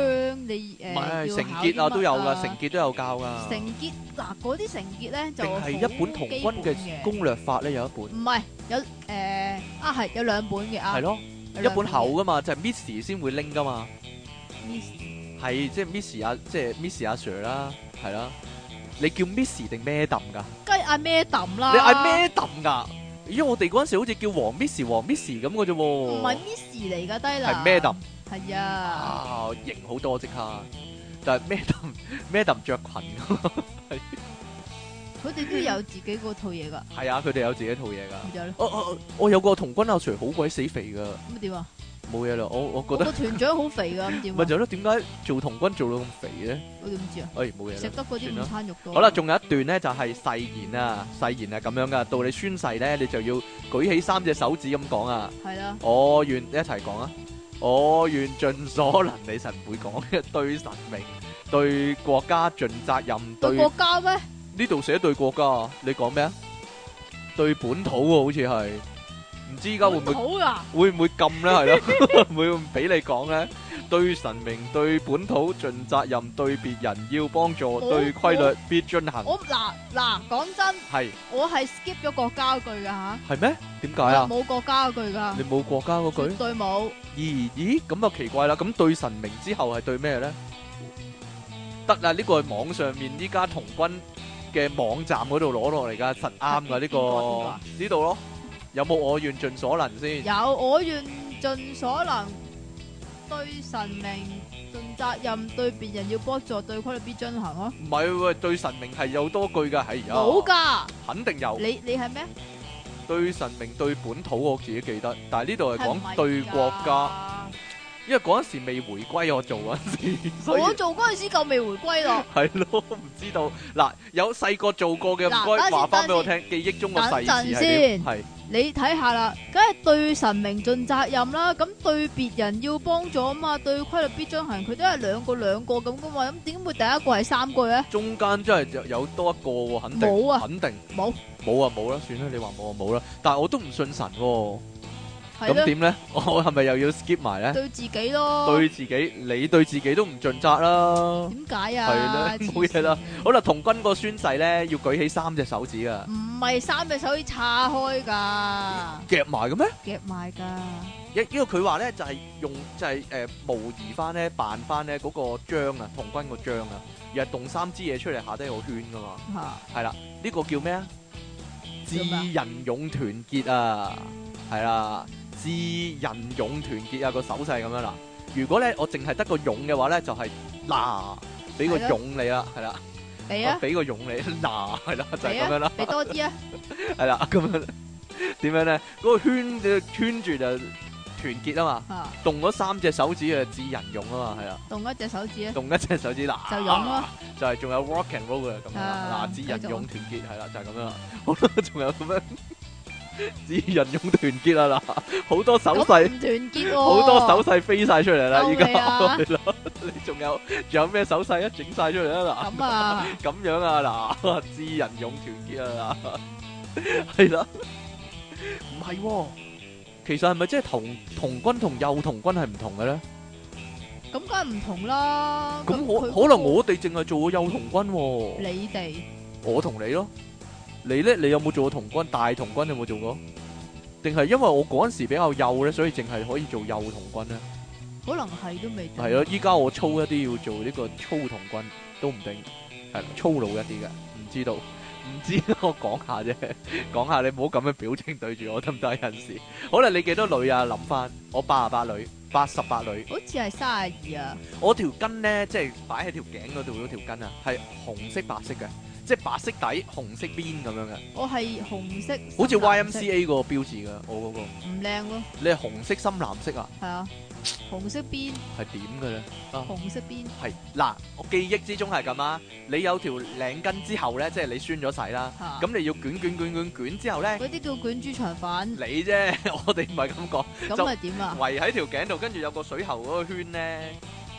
你誒唔係要成考結啲啊乜都有噶，成結都有教噶。成結嗱嗰啲成結咧就定係一本童軍好基嘅本攻略法咧，有一本唔係有誒啊係有兩本嘅啊，係咯，有一兩本厚嘅噶嘛，就係 Miss 先會拎噶嘛， Miss 係即係 Miss 啊，即係 Miss 阿 Sir 啦，係啦。你叫 Miss 定 Madam 噶？雞嗌咩揼啦？你嗌？Madam 噶？咦，我哋嗰陣時好似叫黃 Miss 黃 Miss 咁嘅啫唔喎係。Miss 嚟㗎，低能係 Madam 係啊，啊，型好多即刻。但係 [LAUGHS] Madam Madam 著裙㗎 [LAUGHS] 嘛佢哋都有自己嗰套嘢㗎，係啊，佢哋有自己套嘢㗎。然之後咧我我我有個童軍阿 Sir 好鬼死肥㗎，咁點啊？冇嘢啦。我我我覺得。個團長好肥㗎，咁點啊咪就係咯，點解做童軍做到咁肥咧？我點知啊？哎，冇嘢食啦。得嗰算啲啦午餐肉 [LAUGHS] 多。好啦，仲有一段咧就係誓言啊，誓言係咁樣噶，到你宣誓咧，你就要舉起三隻手指咁講啊，係啦，我願一齊講啊，我願盡所能，你神唔會講嘅，對神明，對國家盡責任，對對國家咩？呢度寫對國家，你講咩啊？對本土喎，好似係，唔知依家會唔會？好㗎？會唔會禁咧？係咯， [LAUGHS] 會唔會唔俾你講咧？對神明、對本土盡責任，對別人要幫助，我對規律必進行。我嗱嗱講真，係我係 skip 咗國家嗰句㗎吓，係咩？點解我啊？冇國家嗰句㗎，你冇國家嗰句絕？對冇。咦咦，咁啊奇怪啦！咁對神明之後係對咩咧？得啦，呢個係網上面依家童軍嘅網站嗰度攞落嚟㗎，實啱㗎呢邊個邊個啊個。呢度咯，有冇我願盡所能先？有我願盡所能對神明盡責任，對別人要幫助，對規律必進行咯。唔係喎，對神明係有多句㗎，係呀，冇㗎，肯定有。你你係咩？對神明對本土我自己記得，但係呢度係係唔講係對㗎國家，。因為嗰陣時未回歸我做嗰陣時，所以我做嗰陣時夠未回歸咯。係咯，唔知道嗱有細個做過嘅唔嗱該等陣話翻俾我聽，記憶中個細等字陣係點？先係你睇下啦，梗係對神明盡責任啦，咁對別人要幫助啊嘛，對規律必進行，佢都係兩個兩個咁噶嘛，咁點會第一個係三個咧？中間真係有有多一個喎，肯定冇啊肯定冇冇啊冇啦，算啦，你話冇啊冇啦，但係我都唔信神喎，係咁咯，點咧？ [LAUGHS] 我係咪又要 skip 埋咧？對自己咯，對自己，你對自己都唔盡責啦。點解係啊？咧冇嘢啦好啦，童軍個宣誓咧要舉起三隻手指啊黐線，，唔係三隻手可以岔開噶，夾埋嘅咩？夾埋噶，因因為佢話咧就係、用就係、誒、模擬翻咧扮翻咧嗰個章啊，童軍個章啊，而係動三支嘢出嚟下低有個圈噶嘛，吓係啦，呢、個叫咩啊？智叫咩啊人勇團結啊，係啦，智人勇團結啊個手勢咁樣啦。如果咧我淨係得個勇嘅話咧，就係、嗱，俾個係咯勇你啦，係啦，俾我啊，俾個勇你 [LAUGHS] 嗱，係啦，就係、俾咁樣啦啊。，俾多啲啊，係啦，咁樣點樣咧？嗰、個圈嘅圈住就團結啊嘛，吓動咗三隻手指啊，指人用啊嘛，係啦，動一隻手指啊，動一隻手指嗱，就用咯，就係仲有 rock and roll 嘅咁樣啦，啊嗱，指人用團結係啦，就係咁樣啦，好啦，仲有咁樣指人用團結啊嗱，好多手咁唔勢，團結喎，好多手勢飛晒出嚟啦，夠依家未啊係咯，你仲有仲有咩手勢啊？整晒出嚟啦嗱。咁啊，咁樣啊嗱，智人勇團結啊嗱，係啦，唔係喎，其實係咪即係童童軍同幼童軍係唔同嘅咧？咁梗係唔同啦，咁可佢可能我哋淨係做過幼童軍喎，你哋。我同你咯，你咧你有冇做過童軍？大童軍有冇做過？定係因為我嗰陣時比較幼咧，所以淨係可以做幼童軍咧？可能係都未定。係咯，依家我粗一啲要做呢個粗童軍都唔定，係啦粗魯一啲嘅，唔知道，唔知我講下啫， [LAUGHS] 講下你唔好咁嘅表情對住我得唔得？有陣時，好啦，你幾多女啊？諗翻，我八啊八女，八十八女。好似係三廿二啊，我條筋咧，即係擺喺條頸嗰度嗰條筋啊，係紅色白色嘅，即係白色底紅色邊咁樣嘅，我係紅色，好似深藍色 YMCA 個標誌㗎，我嗰、個。唔靚咯，你係紅色深藍色啊，係啊，紅色邊，係點嘅咧？紅色邊，係嗱，我記憶之中係咁啊。你有條領巾之後咧，即係你宣咗誓啦，吓，咁你要捲捲捲捲捲之後咧，嗰啲叫卷珠長粉，你啫， [LAUGHS] 我哋唔係咁講，咁啊點啊，圍喺條頸度，跟住有個水喉嗰個圈咧，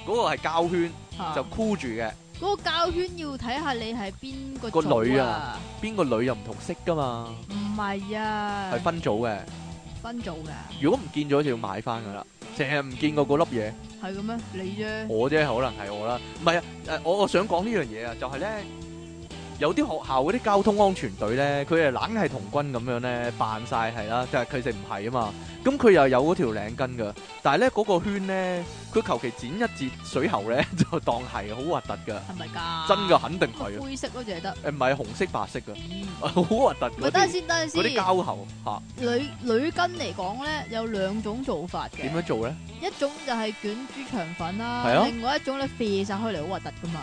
嗰、個係膠圈，吓就箍住嘅。嗰個膠圈要睇下你係邊個個女組啊啊，邊個女又唔同色㗎嘛，唔係啊係，分組嘅。分組㗎，如果唔見咗就要買翻噶啦，淨係唔見過嗰粒嘢，係咁咩？你啫，我啫可能係我啦，唔係啊，誒我我想講呢樣嘢啊，就係咧有啲學校嗰啲交通安全隊咧，佢哋懶係童軍咁樣咧扮晒係啦，但係佢哋唔係啊嘛，咁佢又有嗰條領巾噶，但係咧嗰個圈咧，佢求其剪一截水喉咧 [LAUGHS] 就當係好核突噶，係咪㗎？真噶，肯定係啊，灰色咯，淨係得，誒唔係紅色白色噶，嗯 [LAUGHS] 好核突咪嗰等陣啲先，等陣嗰啲先。膠喉嚇女女巾嚟講咧，有兩種做法嘅點，樣做咧？一種就係捲豬腸粉啦，係啊另外一種咧啡晒開嚟好核突噶嘛，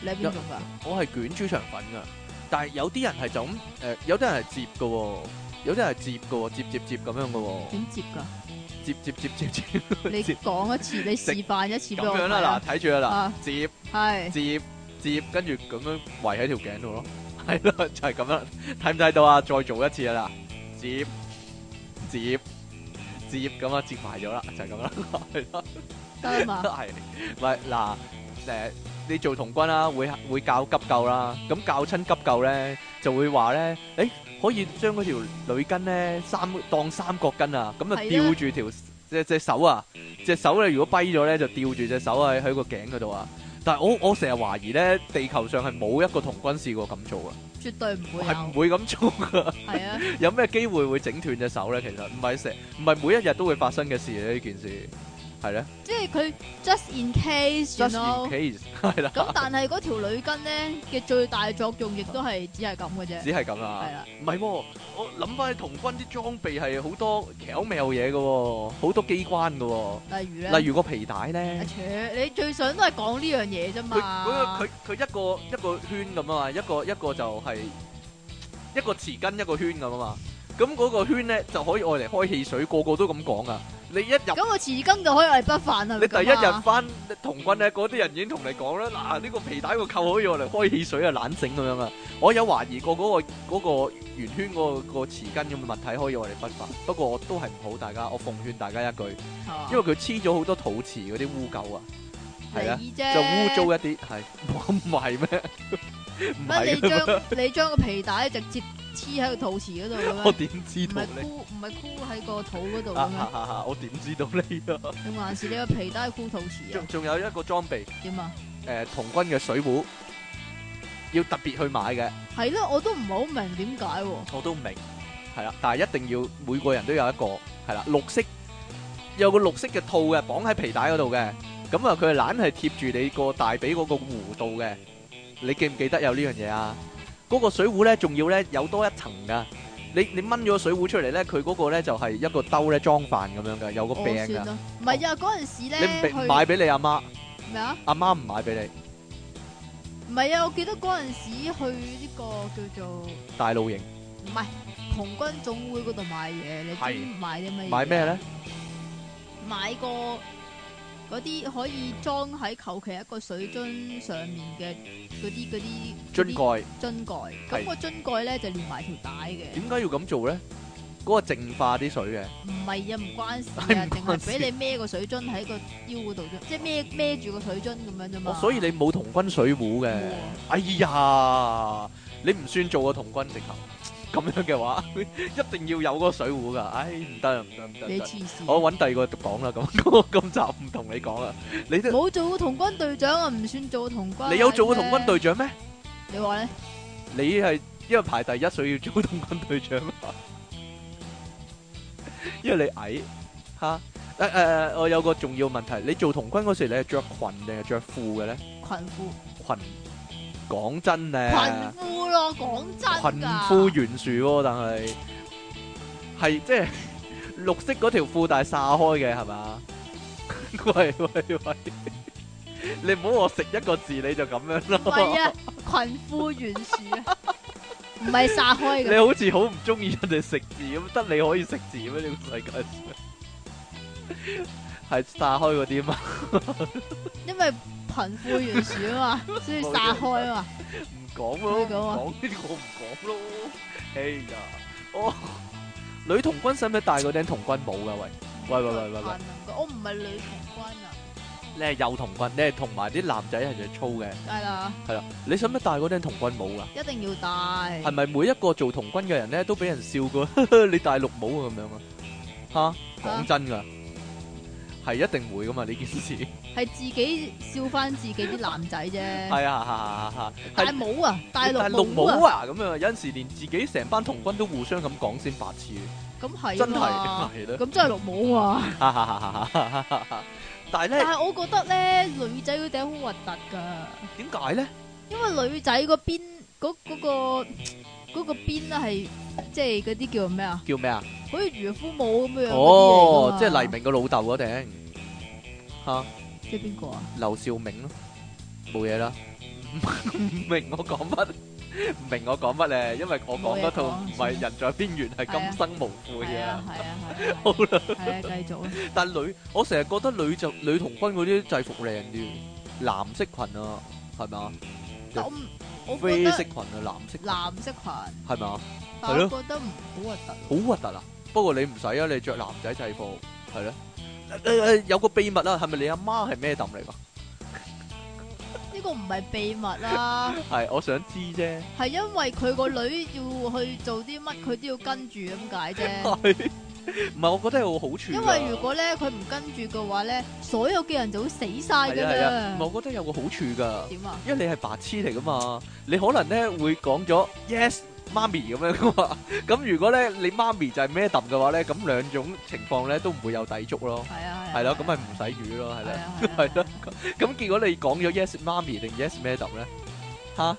你係邊種噶？我係捲豬腸粉噶，但係有啲人係就咁誒、有啲人係接噶、喎，有啲人係接噶、喎，接接接咁樣噶、喎，點接 [LAUGHS] 噶？接接接接接你接講一次，你示範一次咁俾我樣睇啦，嗱睇住啦，啊嗱接係接接，跟住咁樣圍喺條頸度咯， [LAUGHS] 係咯，就係咁樣，睇唔睇到啊？再做一次啦，接接接咁啊，接埋咗啦，就係咁啦， [LAUGHS] 係咯。得啦嘛， [LAUGHS] 係，喂嗱，誒，你做童軍啦，會會教急救啦，咁教親急救咧，就會話咧，誒，可以將嗰條女巾咧三當三角巾啊，咁啊係啦吊住條隻隻手啊，隻手咧如果跛咗咧就吊住隻手喺喺個頸嗰度啊。但係我我成日懷疑咧，地球上係冇一個童軍試過咁做啊，絕對唔會係有，唔會咁做 [LAUGHS] 噶。係啊，有咩機會會整斷隻手咧？其實唔係成唔係每一日都會發生嘅事咧，呢件事係咧即係佢 just in case，you ，just in know。 case 係啦。咁但係嗰條女巾咧嘅最大作用，亦都係只係咁嘅啫，只係咁啦係。啦，唔係喎，我諗翻童軍啲裝備係好多巧妙嘢嘅喎，好多機關嘅喎。例如咧，例如個皮帶阿咧，扯，你最想都係講呢樣嘢啫佢嗰嘛個。佢佢一個一個圈咁啊嘛，一個一個就係一個匙羹一個圈咁啊嘛。咁嗰個圈咧就可以愛嚟開汽水，個個都咁講啊。你一入咁個匙羹就可以嚟不飯啦。你第一咁日啊翻童軍咧，嗰啲人已經同你講啦，嗱、呢、個皮帶個扣可以用嚟開汽水啊、懶整咁樣啊。我有懷疑過嗰、個嗰、個圓圈嗰、個、個匙羹咁嘅物體可以用嚟分發，不過我都係唔好大家，我奉勸大家一句，À. 因為佢黐咗好多土瓷嗰啲污垢啊，係啊，你啫，就污糟一啲，係唔係咩？唔乜係你嘅將你將個皮帶直接黐喺個肚臍嗰度嘅 [LAUGHS] 我咩？點知唔道係咧？箍唔係箍喺個肚嗰度啊嘅啊咩？啊啊我點知道呢？定還是你個皮帶箍肚臍啊仲？仲有一個裝備，誒、點啊？童軍嘅水壺，要特別去買嘅。係咯，我都唔係好明點解喎。我都唔明，係啦，但係一定要每個人都有一個，係啦，綠色有個綠色嘅套嘅，綁喺皮帶嗰度嘅，咁啊佢懶係貼住你個大髀嗰個弧度嘅，你記唔記得有呢樣嘢啊？嗰、個水壺咧，仲要咧有多一層噶，你你掹咗個水壺出嚟咧，佢嗰個咧就係、一個兜咧裝飯咁樣嘅，有個柄哦，㗎算。啦，唔係啊，嗰陣時你唔咧俾唔去買俾你阿媽，咩啊？阿媽唔買俾唔你，係啊，我記得嗰陣時去呢個叫做唔大露營係童軍總會嗰度買嘢，你係知買啲乜嘢？啊買咩咧？買個嗰啲可以裝喺求其一個水樽上面嘅嗰啲嗰啲樽蓋樽蓋，係咁個樽蓋咧就連埋條帶嘅，點解要咁做咧？嗰、個淨化啲水嘅。唔係啊，唔關事係啊， [LAUGHS] 唔定關係事俾你孭個水樽喺個腰嗰度啫，即係孭孭住個水樽咁樣啫哦嘛。所以你冇童軍水壺嘅，哎呀，你唔算做個童軍直頭， [LAUGHS] 咁樣嘅話， [LAUGHS] 一定要有嗰個水壺噶，唉，唔得啊唔得唔得唔你得，黐線，我揾第二個講啦，咁 [LAUGHS] 我今集唔同你講啦，你都冇做過童軍隊長啊，唔算做童軍。你有做過童軍隊？長咩？你話咧？你係因為排第一，所以要做童軍隊長嘛？ [LAUGHS] 因為你矮吓，誒誒，我有個重要問題，你做童軍嗰時，你係着裙定係着褲嘅咧？裙褲，裙，講真咧。裙褲咯，講真裙㗎。褲懸殊喎，但係 [LAUGHS] 係即係綠色嗰條褲帶撒開嘅係嘛？ [LAUGHS] 喂喂 [LAUGHS] 喂，你唔好我食一個字你就咁樣咯。喂啊，群富懸殊 [LAUGHS] 啊，唔係撒開你嘅，好似好唔中意人哋食字咁，得你可以食字咩？呢個世界係撒開嗰啲嘛，因為貧富懸殊啊嘛， [LAUGHS] 所以撒開啊嘛。唔講咯，唔你講啊講呢個唔講咯。哎呀，哦，女童軍使唔使戴嗰頂童軍帽噶？喂，喂喂喂喂喂，喂，我唔係女童軍啊，你係幼童軍，你係同埋啲男仔係最粗嘅，梗係啦，係啦。你使唔使戴嗰頂童軍帽 [LAUGHS] 噶？一定要戴。係咪每一個做童軍嘅人咧都俾人笑過？你戴綠帽啊咁樣啊？吓，講真噶，係一定會噶嘛呢件事。係自己笑翻自己啲男仔啫。係啊，係啊係啊係啊係戴帽啊，戴戴綠綠帽帽啊，啊，咁樣有陣時連自己成班童軍都互相咁講先白痴，咁係真係 [LAUGHS] 係，係咯，咁真係綠帽啊。 [LAUGHS] 哈哈哈哈哈哈但係但咧，係我覺得咧，女仔嗰頂好核突㗎，點解咧？因為女仔嗰邊嗰嗰個嗰個邊咧係即係嗰啲叫咩啊？叫咩啊？好似漁夫帽咁樣樣嗰啲嚟㗎嘛。哦，即係黎明個老豆嗰頂，即係邊個啊？劉兆明咯，冇嘢 [LAUGHS] 啦。唔明我講乜？唔明我講乜咧？因為我講嗰套冇嘢講唔係人在邊緣，係係啊今生無悔係啊啊！係啊係啊。好啦。係啊，繼 [LAUGHS] 續啊。但女，我成日覺得女就女童軍嗰啲制服靚啲，藍色裙啊，係咪啊？但我唔我覺啡色得裙啊，藍色裙藍色裙。係咪啊？但係我咯覺得唔好核突。好核突啊！不過你唔使啊，你着男仔制服係咯。誒誒誒有個秘密啊，係咪你阿媽係咩氹嚟㗎？呢個唔係秘密 [LAUGHS] 啦，係我想知啫。係因為佢個女要去做啲乜，佢都要跟住咁解啫。 [LAUGHS] 係唔係？我覺得有個好處㗎。因為如果咧佢唔跟住嘅話咧，所有嘅人就會死晒係㗎啊係啊，唔係啦。我覺得有個好處㗎，點啊？因為你係白痴嚟㗎嘛，你可能咧會講咗 yes 媽咪咁樣㗎嘛。 [LAUGHS] 咁如果咧你媽咪就係咩氹嘅話咧，咁兩種情況咧都唔會有抵觸咯。係啊係咯，咁咪唔使語咯，係係啦。 [LAUGHS] 啊係係咯啊。咁結果你講咗 yes 媽咪定 yes madam 咧？吓 [LAUGHS]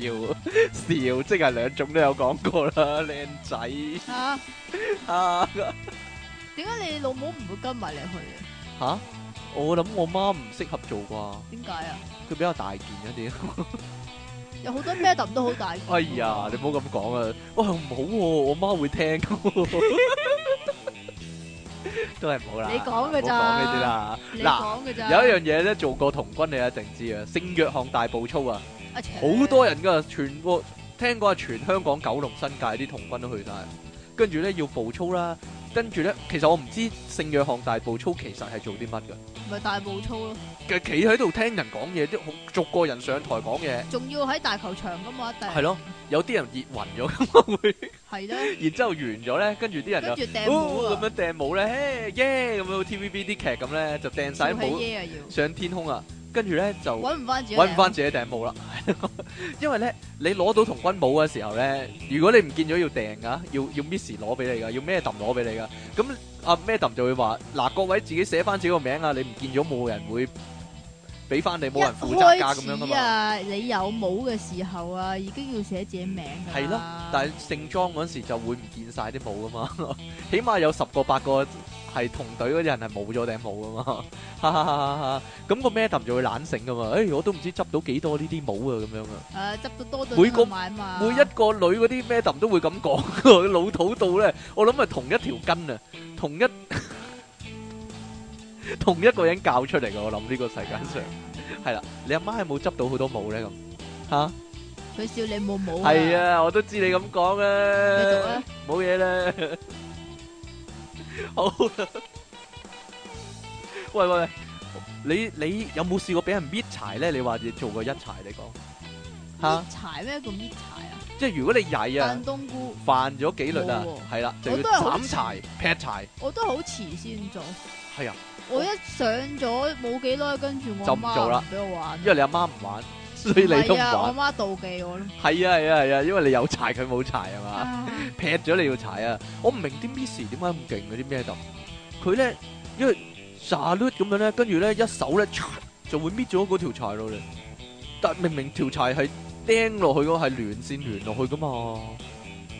笑笑，即係兩種都有講過啦， [LAUGHS] 靚仔嚇！啊點解你老母唔會跟埋你去嘅？吓！我諗我媽唔適合做啩，點解啊？佢比較大件一啲。有好多 madam 都好大件㗎喎。哎呀，你唔好咁講啊！哇，唔好喎，我媽會聽㗎。 [LAUGHS] 都係唔好啦，你講㗎咋唔好講呢啲啦。你嗱，講嘅咋？有一樣嘢咧，做過童軍你一定知啊，聖約翰大步操啊！啊切好多人噶，全個聽講係全香港九龍新界啲童軍都去晒，跟住咧要步操啦，跟住咧其實我唔知聖約翰大步操其實係做啲乜咪大步操咯，嘅，嘅企喺度聽人講嘢，啲好逐個人上台講嘢，仲要喺大球場㗎嘛？一定係咯，有啲人熱暈咗咁啊會，係咧，然之後完咗咧，跟住啲人跟就住掟帽哦啊咁，樣掟舞咧，嘿耶咁樣 TVB 啲劇咁咧就掟晒跳啲起帽耶啊要。上天空啊，跟住咧就。揾唔翻自己，揾唔翻自己頂帽啦， [LAUGHS] 因為咧你攞到童軍帽嘅時候咧，如果你唔見咗要訂噶，要要 Miss 攞俾你噶，要咩揼攞俾你噶，咁阿咩揼就會話嗱，各位自己寫翻自己個名啊，你唔見咗冇人會俾翻你，冇人負責㗎咁一開樣噶始嘛。啊，你有帽嘅時候啊，已經要寫自己名㗎啦。係咯但係盛裝嗰陣時就會唔見晒啲帽噶嘛， [LAUGHS] 起碼有十個八個係同隊嗰啲人係冇咗頂帽噶嘛， [LAUGHS] 哈哈哈哈哈！咁個咩揼就會懶醒噶嘛，誒、我都唔知執到幾多呢啲帽啊咁樣啊。誒執到多每對個都買嘛，每一個女嗰啲 madam 都會咁講， [LAUGHS] 老土到咧，我諗係同一條筋啊，同一 [LAUGHS] 同一個人教出嚟嘅，我諗呢個世界上係啦，你阿媽係冇執到好多帽咧咁嚇，佢笑你冇帽。係，啊，我都知你咁講繼續啊啊，冇嘢啦，好啦，喂喂喂，你你有冇試過俾人搣柴咧？你話你做過一柴，你講嚇搣，柴咩叫搣柴啊？即係如果你曳啊燉。冬菇，犯咗紀律啦冇喎，係啦，就要我都係好斬柴、劈柴，我都係好遲先做。係啊，我一上咗冇幾耐，跟住我就阿唔做媽啦唔俾我玩，因為你阿媽唔玩，所以你都唔係唔啊，我阿玩。媽妒忌我咯。係啊係啊係啊，因為你有柴佢冇柴係嘛，啊劈咗你要柴啊！我唔明啲 miss 點解咁勁嗰啲咩度，佢咧因為 s a l u t 咁樣咧，跟住咧一手咧嚓就會搣咗嗰條柴落嚟，但明明條柴係釘落去嗰係連線連落去噶嘛，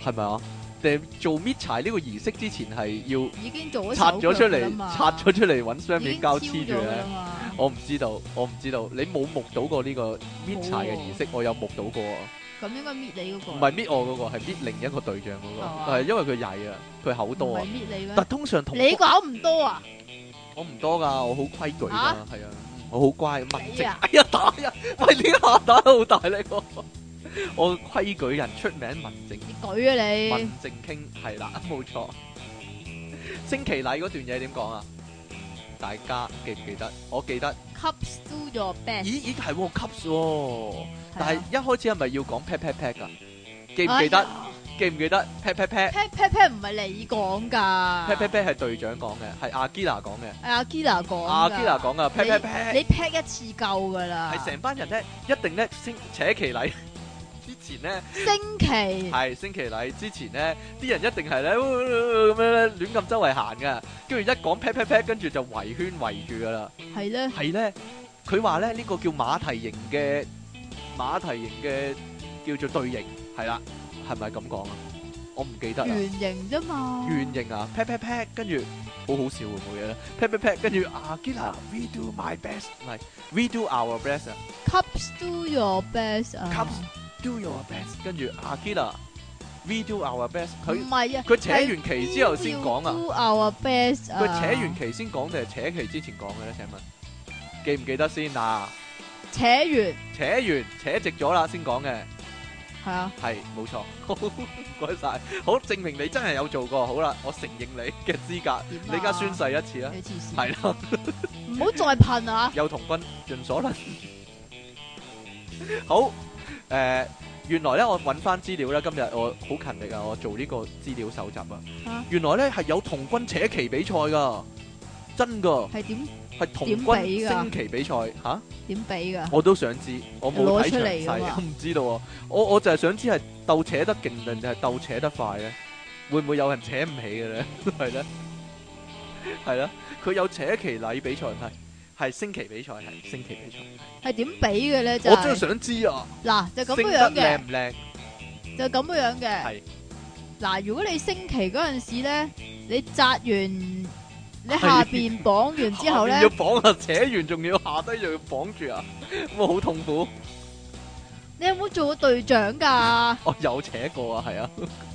係咪啊？定做搣柴呢個儀式之前係要已經做咗拆手咗出腳㗎啦嚟，嘛拆咗出嚟揾雙已面經膠超黐住咗㗎咧啦？嘛我唔知道，我唔知道，你冇目睹過呢個搣柴嘅儀式，我有目睹過啊。咁應該搣你嗰個，唔係搣我嗰個，係搣另一個對象嗰係嘛個，係因為佢曳啊，佢口多哦唔係啊搣。你咩但？通常同你搞唔多啊？我唔多噶，我好規矩噶，係啊啊，我好乖，文你靜。啊哎呀打呀，喂呢下打得好大力喎！我規矩人出名文靜，你舉啊你，文靜傾係啦， [LAUGHS] 冇錯。星期禮嗰段嘢點講啊？大家記唔記得？我記得。 cups do your 咦 best，咦係喎，cups 喎。但係係啊一開始係咪要講 pat pat pat 噶？記唔啊記得？記唔記得 pat pat pat？ ？pat pat pat 哎唔係你講㗎 pat pat pat 係隊長講嘅，係阿基娜講嘅，係阿 Kira 講㗎，阿基娜講嘅 pat pat pat。你 pat 一次夠㗎啦，係成班人咧，一定咧星扯旗禮之前咧，星期係星期禮之前咧，啲人一定係咧咁樣咧亂咁周圍行噶，跟住一講 pat pat pat，跟住就圍圈圍住噶啦。係咧，係咧，佢話咧呢個叫馬蹄形嘅馬蹄形嘅叫做隊形，係啦，係咪咁講啊？我唔記得啦。圓形啫嘛，圓形啊，pat pat pat，跟住好好笑啊，冇嘢啦，pat pat pat，跟住啊 g i l a we do my best，唔係 we do our best 啊。 cups do your best 啊 Cups do your best，跟住 Akira，we do our best。佢唔係啊，佢扯完旗之後先講啊， do our best 啊，佢扯完旗先講定係扯旗之前講嘅咧？請問記唔記得先嗱？扯完扯完扯直咗啦先講嘅，係啊，係冇錯。 [LAUGHS] 好唔該晒，好證明你真係有做過。好啦，我承認你嘅資格，點啊你而家宣誓一次啦，你黐線，係啦，唔好再噴啊！有童軍盡所能。 [LAUGHS] 好，誒。原來咧，我揾翻資料啦。今日我好勤力啊，我做呢個資料搜集啊。啊原來咧係有童軍扯旗比賽噶，真噶，係點係童點軍比㗎升旗比賽吓、點俾㗎？我都想知，我冇睇攞出嚟詳㗎嘛細， [LAUGHS] 唔知道啊。我我就係想知係鬥扯得勁定係鬥扯得快咧？會唔會有人扯唔起嘅咧？ [LAUGHS] 係咧，係啦，佢有扯旗禮比賽係係升旗比賽係升旗比賽，係點俾嘅咧？就我真係係想知啊，嗱，就升咁樣得靚嘅，唔靚？就咁樣嘅。係嗱，如果你升旗嗰陣時咧，你扎完你下邊綁完之後下面咧要，綁啊，扯完仲要下低又要綁住啊，咁啊好痛苦。你有冇做過隊長㗎？我哦有扯過啊，係啊，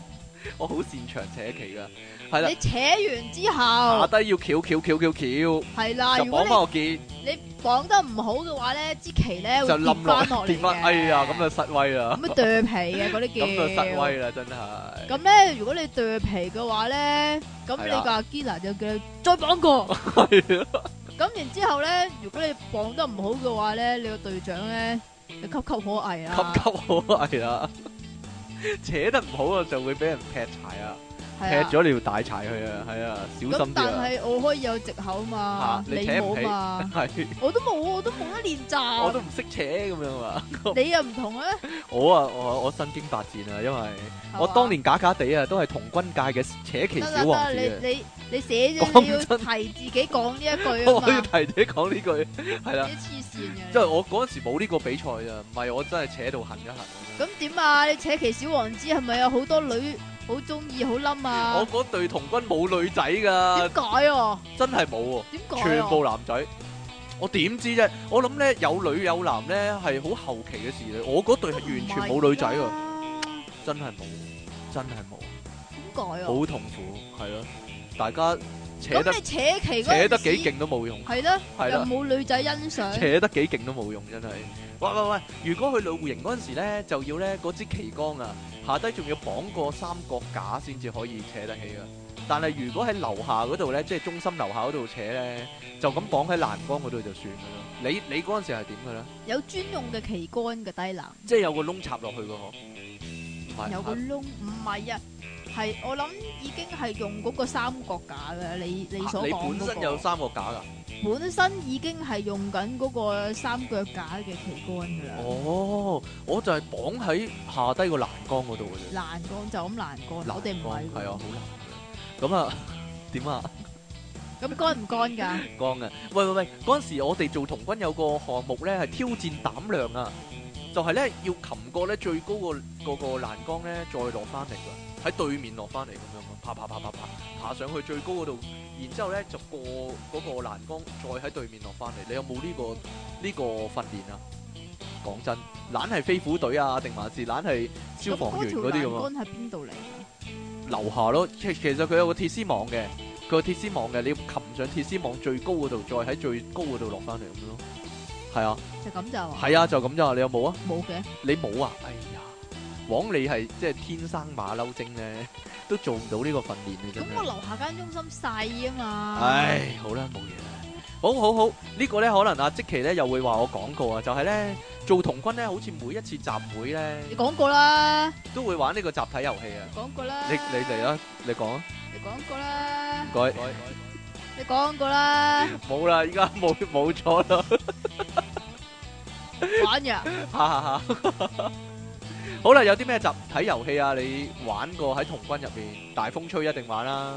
[LAUGHS] 我好擅長扯旗噶，係啦你，扯完之下後低要翹翹翹翹翹，係啦，就啊如果綁翻個結，你你綁得唔好嘅話咧，支旗咧就會跌冧翻落落跌嚟翻，嘅。哎呀，咁就失威啦，咁啊剁皮嘅嗰啲叫。咁就失威啦，真係。咁咧，如果你剁皮嘅話咧，咁係你啦個阿 Gina 就叫你再綁 [LAUGHS] 過。係啊咁然之後咧，如果你綁得唔好嘅話咧，你個隊長咧就岌岌可危啊。 [LAUGHS] 岌岌可危啦，扯得唔好啊，就會俾人劈柴啊，劈係啊。咗你要大柴去啊，係啊，小咁心啲但啊，係我可以有藉口嘛嚇， [LAUGHS] 你扯唔冇 [LAUGHS] 起嘛，係，我都冇，我都冇得練我習。都唔識扯咁樣啊。你又唔同啊？我啊，我我身經百戰啊，因為 [LAUGHS] 我係嘛當年假假地啊，都係童軍界嘅扯旗得啦小得啦，王子你啊。你你寫講咗你要真提自己講呢一句啊 [LAUGHS] 我要嘛，提你講呢句，係啦你，黐線即係嘅。我嗰陣時冇呢個比賽啊，唔係我真係扯到痕一痕咁樣。咁點啊？你扯旗小王子係咪有好多女好中意好冧啊我？嗰隊童軍冇女仔噶點，解啊？真係冇喎，點解啊？全部男仔。我點知啫？我諗咧有女有男咧係好後期嘅事嚟，我嗰隊係完全冇女仔唔係啊噶，啦真係冇，真係冇，點解啊？好痛苦，係咯，大家扯咁得你扯旗嗰扯得陣幾時勁都冇用。係啦，係又啦冇女仔欣賞，扯得幾勁都冇用，真係。喂喂喂，如果去露營嗰陣時咧，就要咧嗰支旗杆啊，下低仲要綁個三角架先至可以扯得起啊。但係如果喺樓下嗰度咧，即係中心樓下嗰度扯咧，就咁綁喺欄杆嗰度就算噶啦。你你嗰陣時係點嘅咧？有專用嘅旗杆嘅低能。即係有個窿插落去嘅嗬？唔係有個啊窿，唔係啊，係我諗已經係用嗰個三角架嘅，你你所你講本嗰身有個三角架㗎？本身已經係用緊嗰個三腳架嘅旗杆噶啦，哦，我就係綁喺下低個欄杆嗰度嘅啫。欄杆就咁欄杆，我哋唔係係啊，喎，好難嘅。咁啊， [LAUGHS] 點啊？咁乾唔乾㗎？光嘅。喂喂喂，嗰陣時我哋做童軍有個項目咧係挑戰膽量啊，就係咧要擒過咧最高個個個欄杆咧，再落翻嚟㗎，喺對面落翻嚟咁樣啊，爬爬爬爬爬，爬上去最高嗰度，然之後咧就過嗰個欄杆，再喺對面落翻嚟。你有冇呢、個呢、個訓練啊？講真，懶係飛虎隊啊，定還是懶係消防員嗰咁嗰啲咁啊？條欄杆喺邊度嚟㗎？樓下咯，其其實佢有個鐵絲網嘅，佢有鐵絲網嘅，你要擒上鐵絲網最高嗰度，再喺最高嗰度落翻嚟咁樣咯。係啊，就咁就話係啊，就咁咋，你有冇啊？冇嘅，你冇啊？哎呀，枉你係即係天生馬騮精咧， [LAUGHS] 都做唔到呢個訓練嘅真咁我係。樓下間中心細啊嘛。唉，好啦，冇嘢啦。好好好，呢個咧可能阿啊即奇咧又會話我講過啊，就係咧做童軍咧，好似每一次集會咧你講過啦，都會玩呢個集體遊戲啊。講過啦，你你嚟啦，你講啊，你講過啦唔， [LAUGHS] 該。你講過啦，冇啦，依家冇冇咗啦。玩嘅， [LAUGHS] 哈哈哈！好啦，有啲咩集體遊戲啊？你玩過喺童軍入邊，大風吹一啊定玩啦、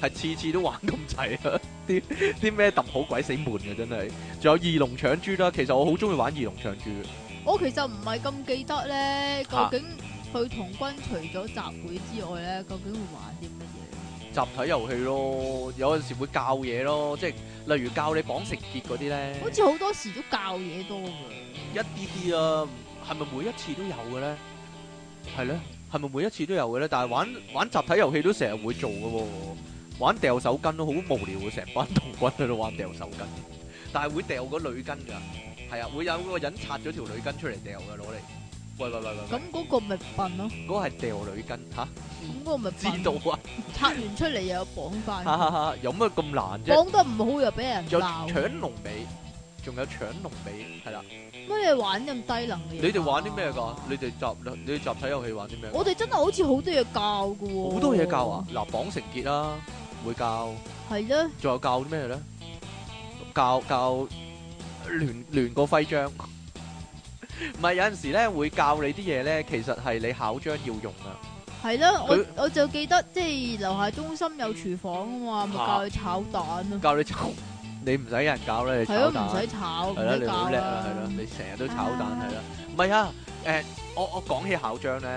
係次次都玩咁滯啊！ [LAUGHS] 啲啲咩揼好鬼死悶嘅真係，仲有二龍搶珠啦。其實我好中意玩二龍搶珠，我其實唔係咁記得咧，究嚇竟去童軍除咗集會之外咧，究竟會玩啲乜嘢？集體遊戲咯，有陣時會教嘢咯，即係例如教你綁繩結嗰啲咧，好似好多時都教嘢多㗎，一啲啲啊，係咪每一次都有嘅咧？係咧，係咪每一次都有嘅咧？但係玩玩集體遊戲都成日會做嘅喎、玩掉手巾都好無聊嘅，成班童軍喺度玩掉手巾，但係會掉個女巾㗎，係啊，會有個人拆咗條女巾出嚟掉嘅攞嚟。喂喂喂喂喂，咁嗰個咪笨咯，嗰個係掉女巾吓，咁嗰個咪知笨咯， [LAUGHS] 道啊拆完出嚟又有綁翻，哈哈哈，有乜咁難啫？綁得唔好又俾人仲有鬧，搶龍尾，仲有搶龍尾，係啦。乜你玩咁低能嘅嘢？你哋玩啲咩㗎？你哋集你哋集體遊戲玩啲咩㗎？我哋真係好似好多嘢教㗎喎，好多嘢教啊！，嗱，綁繩結啦，會教，係咧。仲有教啲咩咧？教教聯聯個徽章， [LAUGHS] 唔係有陣時咧會教你啲嘢咧，其實係你考章要用啊。系啦，我佢我就記得即係樓下中心有廚房啊嘛，咪嚇教佢炒蛋咯。教你炒， [LAUGHS] 你唔使有人教啦，你係咯，炒唔蛋使炒，唔係啦，使你教啊好叻啦，係啦，你成日都炒蛋係啦，唔係啊，誒，我我講起考章咧，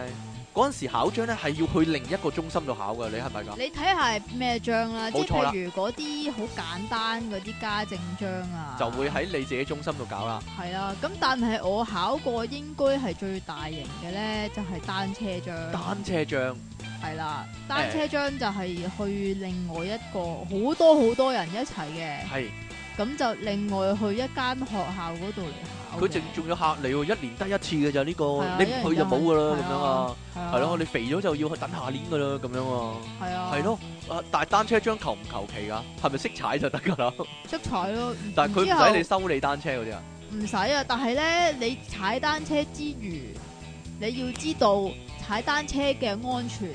嗰陣時考章咧係要去另一個中心度考㗎，你係咪㗎？你睇下係咩章啦，即冇係錯啦譬如嗰啲好簡單嗰啲家政章啊，就會喺你自己中心度搞啦。係啦。咁但係我考過應該係最大型嘅咧，就係單車章，單車章。係啦。單車章就係去另外一個好多好多人一齊嘅，係，咁就另外去一間學校嗰度嚟考嘅。佢仲仲要嚇你喎，一年得一次嘅咋呢個，係啊你唔去就冇噶啦一人一咁樣啊，係係咯，你肥咗就要去等下年噶啦咁樣啊，係啊，係。咯，啊但係單車章求唔求其噶？係咪識踩就 [LAUGHS] 得㗎啦？出彩咯，但然係之佢唔後使你收你單車嗰啲啊，唔使啊，但係咧，你踩單車之餘，你要知道踩單車嘅安全，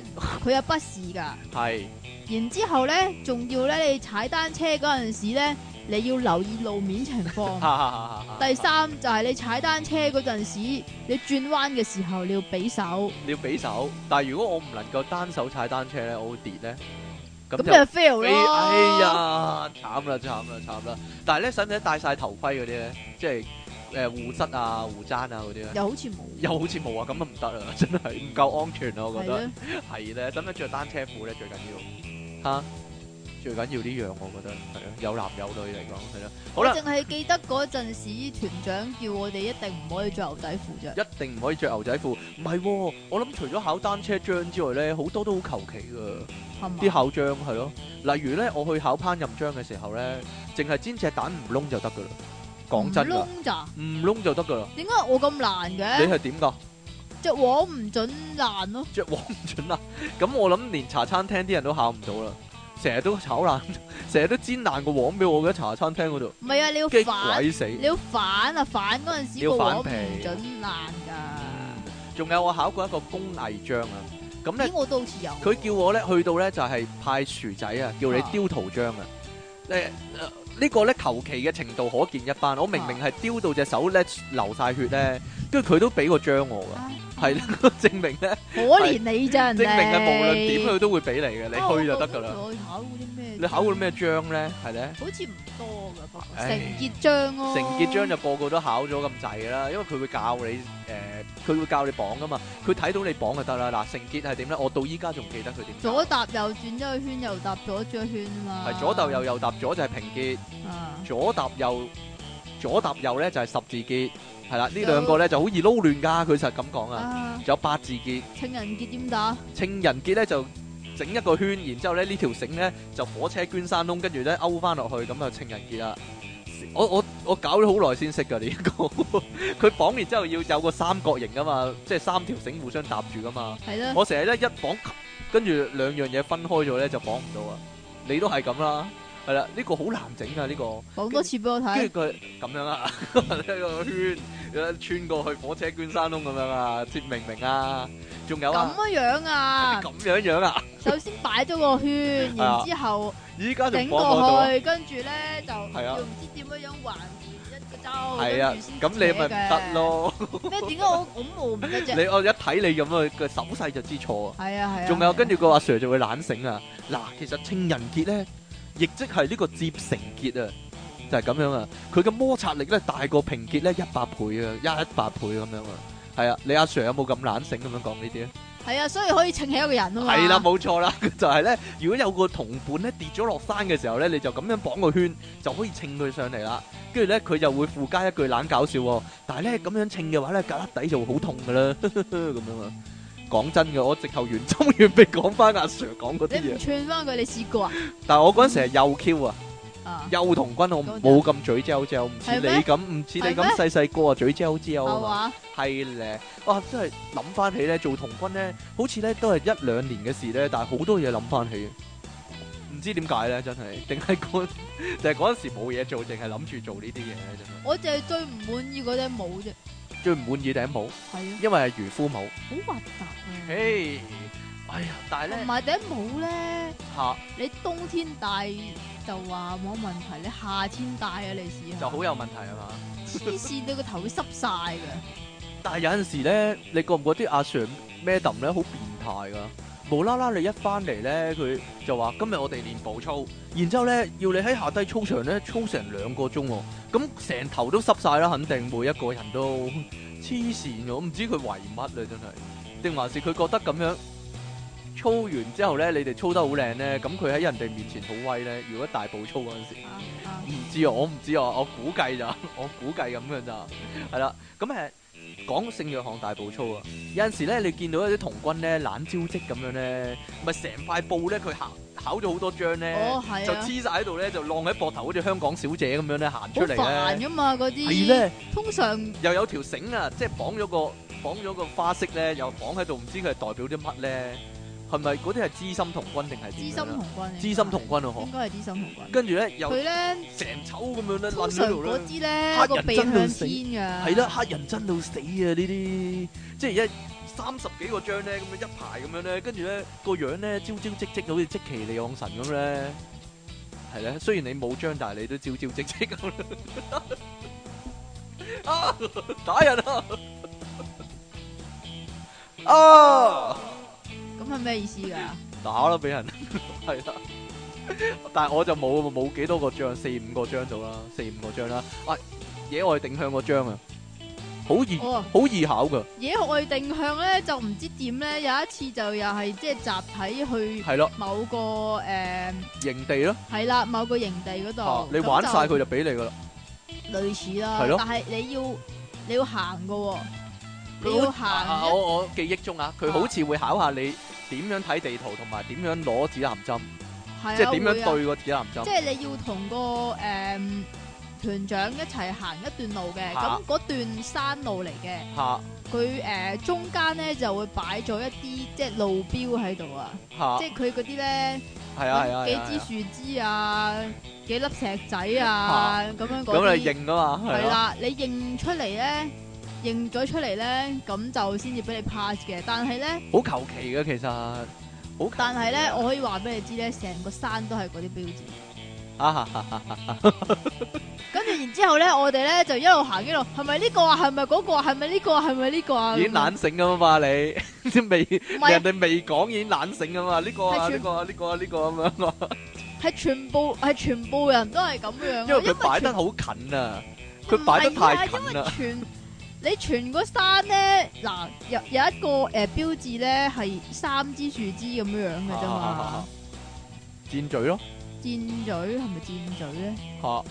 佢有筆試噶。係然之後咧，仲要咧，你踩單車嗰陣時咧，你要留意路面情況。哈哈哈哈哈哦第三就係你踩單車嗰陣時，你轉彎嘅時候你要俾手，你要俾手，但係如果我唔能夠單手踩單車咧，我會跌咧，咁咁就你就 fail 哎哎咯。呀，慘啦慘啦慘啦！但係咧，使唔使戴晒頭盔嗰啲咧？即係誒護膝啊、護踭啊嗰啲咧？又好似冇，又好似冇啊，咁啊唔得啦，真 [LAUGHS] 係唔夠安全啊，係我覺得咧，係咧，使唔使着單車褲咧最緊要嚇？最緊要呢樣我覺得係啊，有男有女嚟講係啦，好我啦，淨係記得嗰陣時團長叫我哋一定唔可以着牛仔褲啫。一定唔可以着牛仔褲，唔係喎，我諗除咗考單車章之外咧，好多都好求其噶。係嘛啲考章係咯，例如咧，我去考烹飪章嘅時候咧，淨係煎隻蛋唔窿就得噶啦，講真噶，唔窿咋？唔窿就得噶啦。點解我咁難你嘅？係點㗎？隻黃唔準爛咯，着黃唔準啦，咁我諗連茶餐廳啲人都考唔到啦，成日都炒爛， [LAUGHS] 成日都煎爛個黃俾我嘅茶餐廳嗰度，唔係啊！你要激反，鬼死！你要反啊！反嗰陣時個黃要反唔皮準爛嗯㗎。仲有我考過一個工藝章啊，咁咧咦，我都好似有喎。佢叫我咧去到咧就係派薯仔啊，叫你啊雕圖章啊，誒、呃呢個咧求其嘅程度可見一斑。我明明係丟到隻手咧流晒血咧，跟住佢都俾個章我唉噶，係啦， [LAUGHS] 證明咧，可憐你咋人證哋，明係無論點佢都會俾你嘅，你去就得㗎啦。啊。我覺得我考嗰啲咩？你考過咩章咧？係咧？好似唔多噶，不過唉成結章咯。成結章就個個都考咗咁滯啦，因為佢會教你誒，呃佢、會教你榜噶嘛，佢睇到你榜就得啦。嗱，成結係點咧？我到依家仲記得佢點左搞，搭右轉一個圈，右搭左轉一圈啊嘛。係左搭右，右搭左就係平結，啊。左搭右左搭右咧就係十字結，係啦，呢兩個咧就好易撈亂㗎，佢實咁講啊。啊，有八字結、情人結點打？ [LAUGHS] 情人結咧就整一個圈，然之後咧呢條繩咧就火車捐山窿，跟住咧勾翻落去，咁就情人結啦。我我我搞咗好耐先識㗎呢、個，佢綁完之後要有個三角形噶嘛，即係三條繩互相搭住噶嘛。係啦，我成日咧一綁，跟住兩樣嘢分開咗咧就綁唔到啊！你都係咁啦，係啦，呢、個好難整㗎呢、個。講多次俾我睇跟。住佢咁樣啊， [LAUGHS] 一個圈穿過去火車捐山窿咁樣啊，知明唔明啊？仲有啊咁，樣啊，咁樣樣啊，首先擺咗個圈，然之後依家仲整播唔播到過啊？去，跟住咧就係啊要唔知點樣樣環住一個周，係啊跟住先，咁你咪唔得咯？扯嘅。咩？ [LAUGHS] 點解我我冇唔得啫？你我一睇你咁啊個手勢就知錯啊！係啊係啊。仲有跟住住個阿 Sir 就會懶醒啊！嗱，其實情人結咧，亦即係呢個接成結啊，就係咁樣啊！佢嘅摩擦力咧大過平結咧一百倍啊，一百倍咁樣啊！係啊，你阿 Sir 有冇咁懶醒咁樣講呢啲咧？係啊，所以可以稱起一個人啊嘛。係啦，冇錯啦， [LAUGHS] 就係咧，如果有個同伴咧跌咗落山嘅時候咧，你就咁樣綁個圈就可以稱佢上嚟啦。跟住咧，佢就會附加一句懶搞笑喎。但係咧咁樣稱嘅話咧，旮旯底就會好痛噶啦， [LAUGHS] 咁樣啊。講真嘅，我直頭原汁原味講翻阿 Sir 講嗰啲你唔嘢。串翻佢，你試過啊？但係我嗰陣時係幼 Q 啊，啊，幼童軍，我冇咁嘴嚼嚼，唔似係你咩咁，唔似你係咩咁細細個啊嘴嚼嚼啊係嘛。嘛？係咧，哇！真係諗翻起咧，做童軍咧，好似咧都係一兩年嘅事咧，但係好多嘢諗翻起，唔知點解咧，真係定係嗰定係嗰陣時冇嘢做，淨係諗住做呢啲嘢咧，真係我淨係最唔滿意嗰頂帽啫，最唔滿意頂帽，係啊，因為係漁夫帽。好核突啊！嘿，哎呀！但係同咧埋頂帽咧，嚇你冬天戴就話冇問題，你夏天戴啊，你試下就好有問題啊嘛。黐線，你個頭會濕晒 [LAUGHS] 㗎。但係有陣時咧，你覺唔覺啲阿 Sir Madam 咧好變態㗎？無啦啦，你一翻嚟咧，佢就話今日我哋練步操，然之後咧要你喺下低操場咧操成兩個鐘喎、咁成頭都濕晒啦，肯定每一個人都黐線㗎，我唔知佢為乜啊，真係，定還是佢覺得咁樣操完之後咧，你哋操得好靚咧，咁佢喺人哋面前好威咧。如果大步操嗰陣時。啊啊唔知啊，我唔知啊，我估計咋， [LAUGHS] 我估計咁樣咋，係啦。咁誒講聖約翰大步操啊，有陣時咧，你見到一啲童軍咧懶招積咁樣咧，咪成塊布咧佢考考咗好多張咧，哦係就啊，黐晒喺度咧，就晾喺膊頭，好似香港小姐咁樣咧行好出嚟煩咧，㗎嘛嗰係啲，咧通常又有條繩啊，即係綁咗個綁咗個花式咧，又綁喺度，唔知佢係代表啲乜咧？係咪嗰啲係資深童軍定係資點深樣啊童軍，資深童軍啊，應嗬，該係資深童軍。跟住咧又佢咧成抽咁樣咧，通攆常喺度咧嗰。啲咧黑個人鼻真向到天死㗎，係啦，黑人憎到死啊！呢啲即係一三十幾個張咧，咁樣一排咁樣咧，跟住咧個樣咧招招積積，好似積淇離岸神咁咧。係咧，雖然你冇張，但係你都招招積積咁 [LAUGHS] 啦。啊！打人啊！啊！咁係咩意思㗎？打啦俾人， [LAUGHS] 係啦。但係我就冇冇幾多個章，四五個章到啦，四五個章啦。啊，野外定向個章啊，好易好、哦易考噶，野外定向咧就唔知點咧，有一次就又係即係集體去係咯，某個誒營地咯，係啦，某個營地嗰啊度，你玩咁晒佢就俾你噶啦。就類似啦係咯，但係你要你要行㗎喎，你佢要好啊啊行一我我記憶中啊，佢啊好似會考下你點樣睇地圖同埋點樣攞指南針，係啊即係點會樣啊對個指南針即。係你要同個诶、嗯、团长一齊行一段路嘅，嚇咁嗰、段山路嚟嘅，嚇佢诶、呃中間咧就會擺咗一啲即係路標喺度啊，嚇，即係佢嗰啲咧係啊係啊，係啊係啊幾支樹枝啊，幾粒石仔啊咁樣嗰咁你啲，認啊嘛，係係啊，啦，你認出嚟咧，認咗出嚟咧，咁就先至俾你 pass 嘅，但係咧。好求其嘅其實，好求但係其咧，㗎我可以話俾你知咧，成個山都係嗰啲標誌，啊哈哈哈跟住然之後咧，我哋咧就一路行一路，係咪呢個啊？係咪嗰個啊？係咪呢個啊？係咪呢個啊？已經懶醒咁啊嘛，你 [LAUGHS] 啲未唔係啊人哋未講已經懶醒啊嘛，呢個啊係呢全個啊呢個啊呢個咁樣啊，係全部係全部人都係咁樣啊， [LAUGHS] 因為佢擺全得好近啊，佢擺得太近唔係啦啊，因為全你全個山咧，嗱有有一個誒標誌咧係三支樹枝咁樣樣嘅啫啊啊啊嘛啊，箭嘴咯箭嘴係咪箭嘴咧？嚇，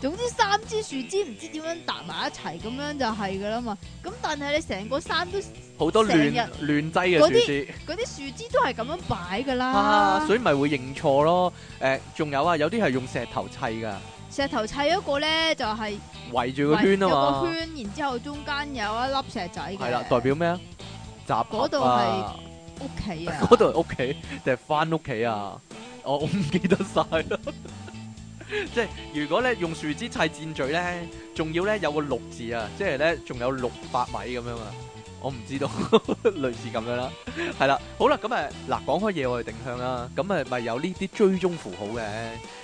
總之三支樹枝唔知點樣搭埋一齊咁樣就係噶啦嘛。咁但係你成個山都好多亂成日亂擠嘅嗰樹啲枝嗰啲樹枝都係咁樣擺噶啦，啊，所以咪會認錯咯。誒，仲有啊，有啲係用石頭砌㗎，石頭砌嗰個咧就係、圍住個圈啊有個嘛，圈，然之後中間有一粒石仔嘅。係啦，代表咩啊？集嗰度合啊屋企啊， [LAUGHS] 嗰度係屋企定係翻屋企啊？我 [LAUGHS] 我唔記得晒啦。 [LAUGHS] 即係如果咧用樹枝砌箭嘴咧，仲要咧有個六字啊，即係咧仲有六百米咁樣啊。我唔知道， [LAUGHS] 類似咁樣啦，係啦，好啦，咁誒嗱，講開嘢我哋定向啦，咁誒咪有呢啲追蹤符號嘅。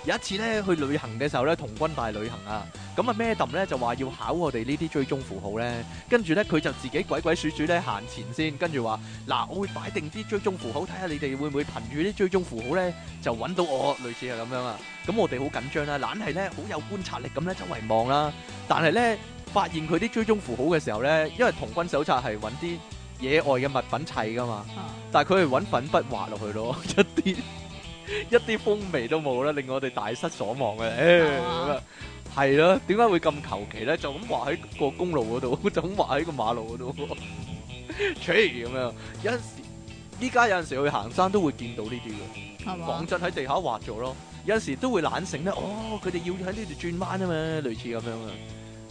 有一次咧去旅行嘅時候咧，同軍大旅行啊，咁啊 Madam 咧就話要考我哋呢啲追蹤符號咧，跟住咧佢就自己鬼鬼祟祟咧行前先，跟住話。嗱，我會擺定啲追蹤符號，睇下你哋會唔會憑住啲追蹤符號咧就揾到我，類似係咁樣啊。咁我哋好緊張啦，懶係咧好有觀察力咁咧周圍望啦。但係咧發現佢啲追蹤符號嘅時候咧，因為童軍手冊係揾啲野外嘅物品砌噶嘛，啊但係佢係揾粉筆畫落去咯， [LAUGHS] 一啲一啲風味都冇啦，令我哋大失所望嘅。唉係嘛咁啊係咯，點解會咁求其咧？就咁畫喺個公路嗰度， [LAUGHS] 就咁畫喺個馬路嗰度， [LAUGHS] 切咁樣。有陣時，依家有陣時去行山都會見到呢啲嘅，係嘛講？真喺地下畫咗咯。有陣時都會懶醒咧，哦，佢哋要喺呢度轉彎啊嘛，類似咁樣啊。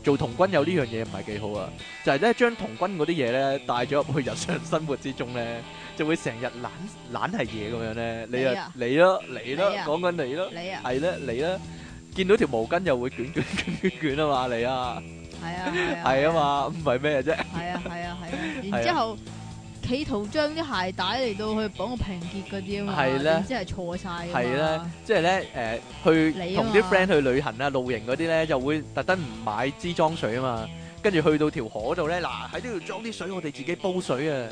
做童軍有呢樣嘢唔係幾好啊，就係咧將童軍嗰啲嘢咧帶咗入去日常生活之中咧，就會成日懶懶係嘢咁樣咧。你你啊啊，你咯，你咯你，啊講緊你咯。你啊，係咧，你咧見到條毛巾又會捲捲捲捲捲啊嘛，你啊，係啊，係啊，係啊嘛，唔係咩係啫，啊，係啊，係啊，係啊然之後企圖將啲鞋帶嚟到去綁個平結嗰啲啊嘛，係咧然之係錯晒㗎嘛，係咧，即係咧誒，去你啊同嘛啲 friend 去旅行啊、露營嗰啲咧，就會特登唔買支裝水啊嘛，跟住去到條河度咧，嗱喺呢度裝啲水，我哋自己煲水啊，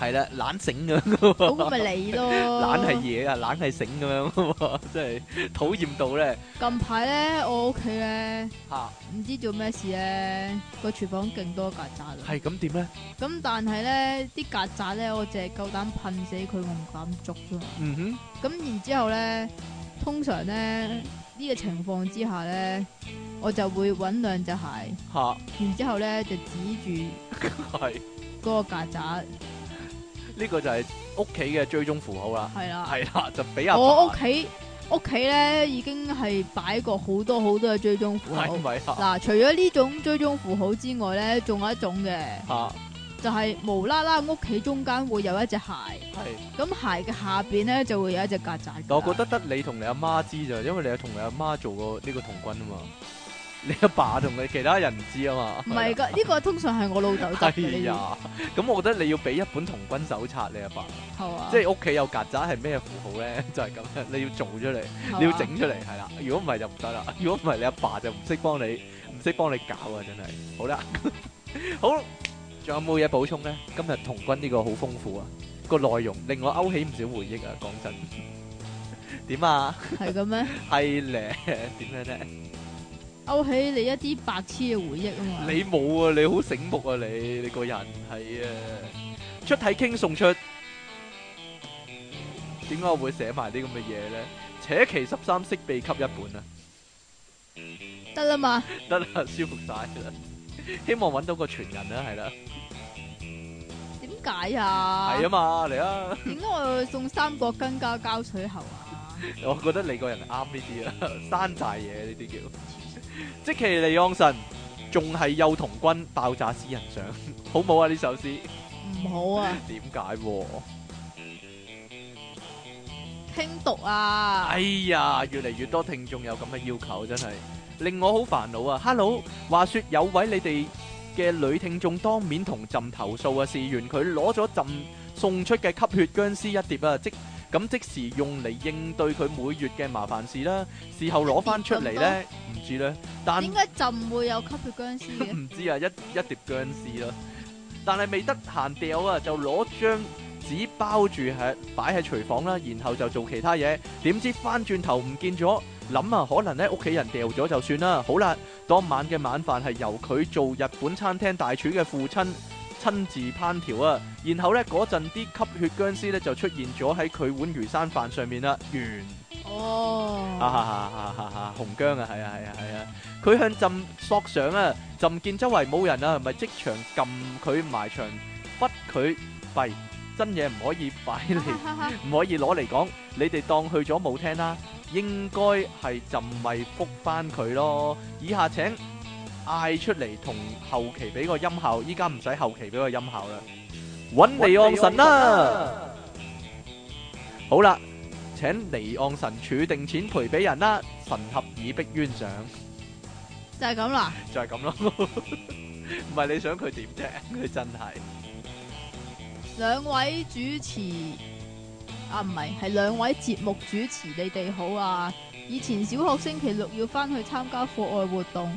係啦，懶醒咁嗰個咪你咯， [LAUGHS] 懶係嘢啊，懶係醒咁樣啊嘛， [LAUGHS] 真係討厭到咧近排咧，我屋企咧嚇，唔知做咩事咧，個廚房勁多曱甴啊，係咁點咧？咁但係咧啲曱甴咧，我淨係夠膽噴死佢，我唔敢捉啫嘛。嗯咁然之後咧，通常咧呢、呢個情況之下咧，我就會揾兩隻鞋，哼然之後咧就指住嚇，係嗰個曱甴，呢個就係屋企嘅追蹤符號啦，係啦。係啦，就俾阿我爸屋企屋企咧已經係擺過好多好多嘅追蹤符號係。咪啊？嗱，除咗呢種追蹤符號之外咧，仲有一種嘅，嚇。就係、無啦啦屋企中間會有一隻鞋，係，咁鞋嘅下邊咧就會有一隻曱甴㗎啦。但我覺得得你同你阿媽知咋，因為你有同你阿媽做過呢個童軍啊嘛，你阿爸同你其他人唔知啊嘛。唔係係㗎，呢個通常係我老豆執嘅係啊哎呢呀，咁我覺得你要俾一本童軍手冊你阿爸，啲，係嘛？即係屋企有曱甴係咩符號咧， [LAUGHS] 就係咁樣，你要做出嚟，係你要嘛整出嚟，係啦。如果唔係就唔得啦，如果唔係你阿爸就唔識幫你，唔識幫你搞啊，真係。好啦， [LAUGHS] 好，仲有冇嘢補充咧？今日童軍呢個好豐富啊，個內容令我勾起唔少回憶啊，講真。 [LAUGHS] 點啊？係咁咩？係咧， [LAUGHS] 點樣咧？勾起你一啲白痴嘅回憶啊嘛！你冇啊，你好醒目啊，你你個人係啊，出體傾送出，點解我會寫埋啲咁嘅嘢咧？扯旗十三式秘笈一本啊， [LAUGHS] 得啦嘛，得啦，舒服晒啦，希望揾到個傳人啦，係啦，點解啊？係啊嘛，嚟啊！點解我要送三角巾加膠水喉啊？我覺得你個人啱呢啲啊， [LAUGHS] 山寨嘢呢啲叫。 [LAUGHS] 即其利昂神仲係幼童軍爆炸私人相， [LAUGHS] 好冇啊呢首詩？唔好啊， [LAUGHS] 點解喎？傾毒啊！哎呀，越嚟越多聽眾有咁嘅要求，真係令我好煩惱啊！Hello，話說有位你哋嘅女聽眾當面同朕投訴啊，事緣佢攞咗朕送出嘅吸血僵屍一碟啊，即咁即時用嚟應對佢每月嘅麻煩事啦。事後攞翻出嚟呢，唔知呢，但點解朕會有吸血僵屍嘅？唔知啊，一一碟僵屍啦。但係未得閒掉啊，就攞張紙包住喺擺喺廚房啦，然後就做其他嘢。點知翻轉頭唔見咗，諗啊可能咧屋企人掉咗就算啦。好啦，當晚嘅晚飯係由佢做日本餐廳大廚嘅父親。親自烹調啊，然後呢，嗰陣啲吸血僵屍呢就出現咗喺佢碗魚生飯上面啦，完。啊哦，哈哈哈哈哈！紅姜啊，係啊係啊係啊！佢向朕索上啊，朕見周圍冇人啊，咪即場撳佢埋牆，屈佢弊，真嘢唔可以擺嚟，唔可以攞嚟講，你哋當去咗冇聽啦，應該係朕咪復翻佢咯。以下請嗌出嚟同後期俾個音效，依家唔使後期俾個音效啦，揾尼昂神啦！好啦，請尼昂神儲定錢賠俾人啦，神合以逼冤上，就係咁啦。就係咁咯。 [LAUGHS] 唔係你想佢點啫？佢真係兩位主持啊，唔係，係兩位節目主持，你哋好啊！以前小學星期六要翻去參加課外活動，